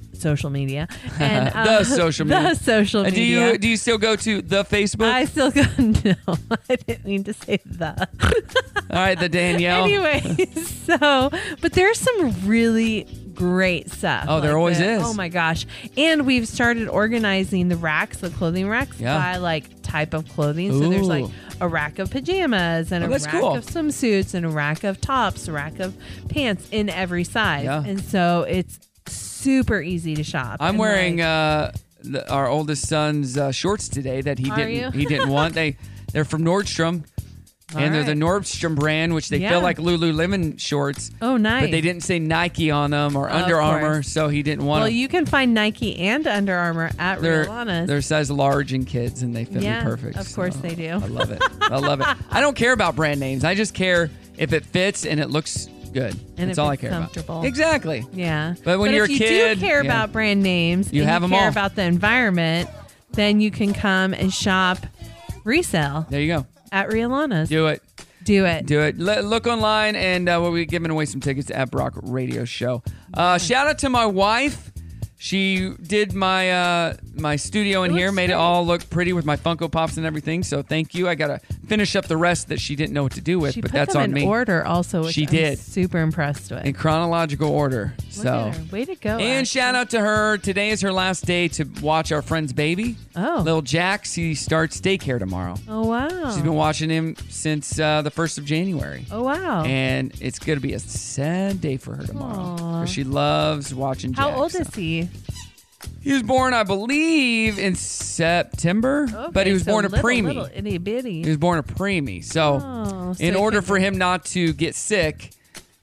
A: *laughs*
F: social media, and
A: the
F: uh, *laughs*
A: social media.
F: the social
A: Uh,
F: media.
A: Do you do you still go to the Facebook?
F: I still *laughs* go. No, I didn't mean to say the. *laughs*
A: All right, the Danielle.
F: Anyway, *laughs* so but there's some really great stuff.
A: Oh, there always
F: the-
A: is.
F: Oh my gosh! And we've started organizing the racks, the clothing racks
A: Yeah.
F: by like type of clothing. So there's like
A: Ooh.
F: a rack of pajamas and
A: Oh,
F: a
A: that's
F: rack
A: cool.
F: of swimsuits and a rack of tops, a rack of pants in every size.
A: Yeah.
F: And so it's super easy to shop.
A: I'm
F: And,
A: wearing
F: like,
A: uh, the, our oldest son's uh, shorts today that he
F: Are
A: didn't
F: you?
A: he didn't want.
F: *laughs*
A: They they're from Nordstrom,
F: All
A: and they're the
F: right.
A: Nordstrom brand, which they
F: Yeah.
A: feel like Lululemon shorts.
F: Oh, nice.
A: uh, But they didn't say Nike on them or
F: Of
A: Under Armour,
F: course.
A: so he didn't want.
F: Well,
A: them.
F: you can find Nike and Under Armour at
A: they're
F: Rihanna's.
A: they're size large in kids, and they fit
F: yeah,
A: me perfect.
F: Of course
A: so
F: they do. *laughs*
A: I love it. I love it. I don't care about brand names. I just care if it fits and it looks good.
F: And
A: That's
F: if
A: all I
F: it's
A: care
F: comfortable.
A: about. Exactly.
F: Yeah.
A: But when you're
F: if
A: a
F: you
A: kid,
F: do care
A: yeah.
F: about brand names,
A: You
F: and
A: have
F: you
A: 'em
F: care
A: all.
F: about the environment, then you can come and shop resale.
A: There you go.
F: At Rialana's.
A: Do it.
F: Do it.
A: Do it. L- look online, and uh, we'll be giving away some tickets at Brock Radio Show. Uh, shout out to my wife. She did my uh, my studio in here, made it all look pretty with my Funko Pops and everything. So thank you. I gotta finish up the rest that she didn't know what to do with,
F: She
A: but
F: put
A: that's
F: them
A: on
F: in
A: me.
F: order also, which
A: She
F: I'm
A: did.
F: super impressed with.
A: in chronological order.
F: Look
A: so
F: at her. Way to go.
A: and shout out to her. Today is her last day to watch our friend's baby.
F: Oh.
A: Little Jax. He starts daycare tomorrow.
F: Oh wow.
A: She's been watching him since uh, the 1st of January.
F: Oh wow.
A: And it's going to be a sad day for her tomorrow.
F: Aw.
A: 'cause She loves watching
F: How
A: Jax.
F: old is he?
A: He was born, I believe, in September, but he
F: Okay,
A: was
F: so
A: born a
F: little,
A: preemie.
F: little itty bitty.
A: He was born a preemie. So,
F: Oh, so
A: in
F: he
A: order
F: couldn't-
A: for him not to get sick,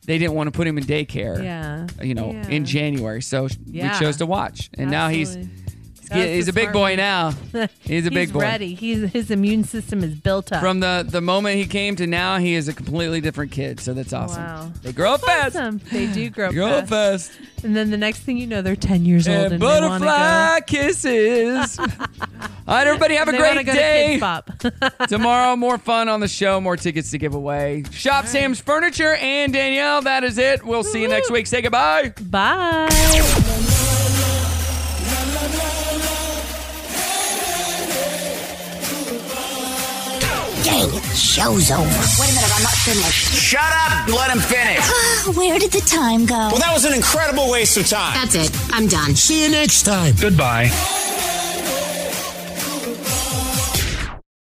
A: they didn't want to put him in daycare.
F: Yeah.
A: You know,
F: Yeah.
A: in January. So we
F: Yeah.
A: chose to watch. And now he's
F: Absolutely.
A: he's,
F: That
A: get-
F: was
A: he's
F: the
A: a big
F: smart
A: boy
F: move.
A: now.
F: *laughs*
A: He's a big boy.
F: ready. He's his immune system is built up.
A: From the the moment he came to now, he is a completely different kid. So that's awesome.
F: Wow.
A: They grow up fast.
F: awesome. They do grow,
A: They grow up fast.
F: And then the next thing you know, they're ten years old and,
A: And butterfly
F: *laughs*
A: kisses. All right, everybody, have a
F: They wanna
A: great
F: go to
A: day.
F: Kids Bop.
A: Tomorrow, more fun on the show, more tickets to give away. Shop Sam's Furniture and Danielle. That is it. We'll see you next week. Say goodbye.
F: *laughs* Bye.
C: Dang it, show's over. Wait a minute, I'm not finished.
V: Shut up! Let him finish.
C: *gasps* Where did the time go?
V: Well, that was an incredible waste of time.
C: That's it. I'm done.
V: See you next time. Goodbye.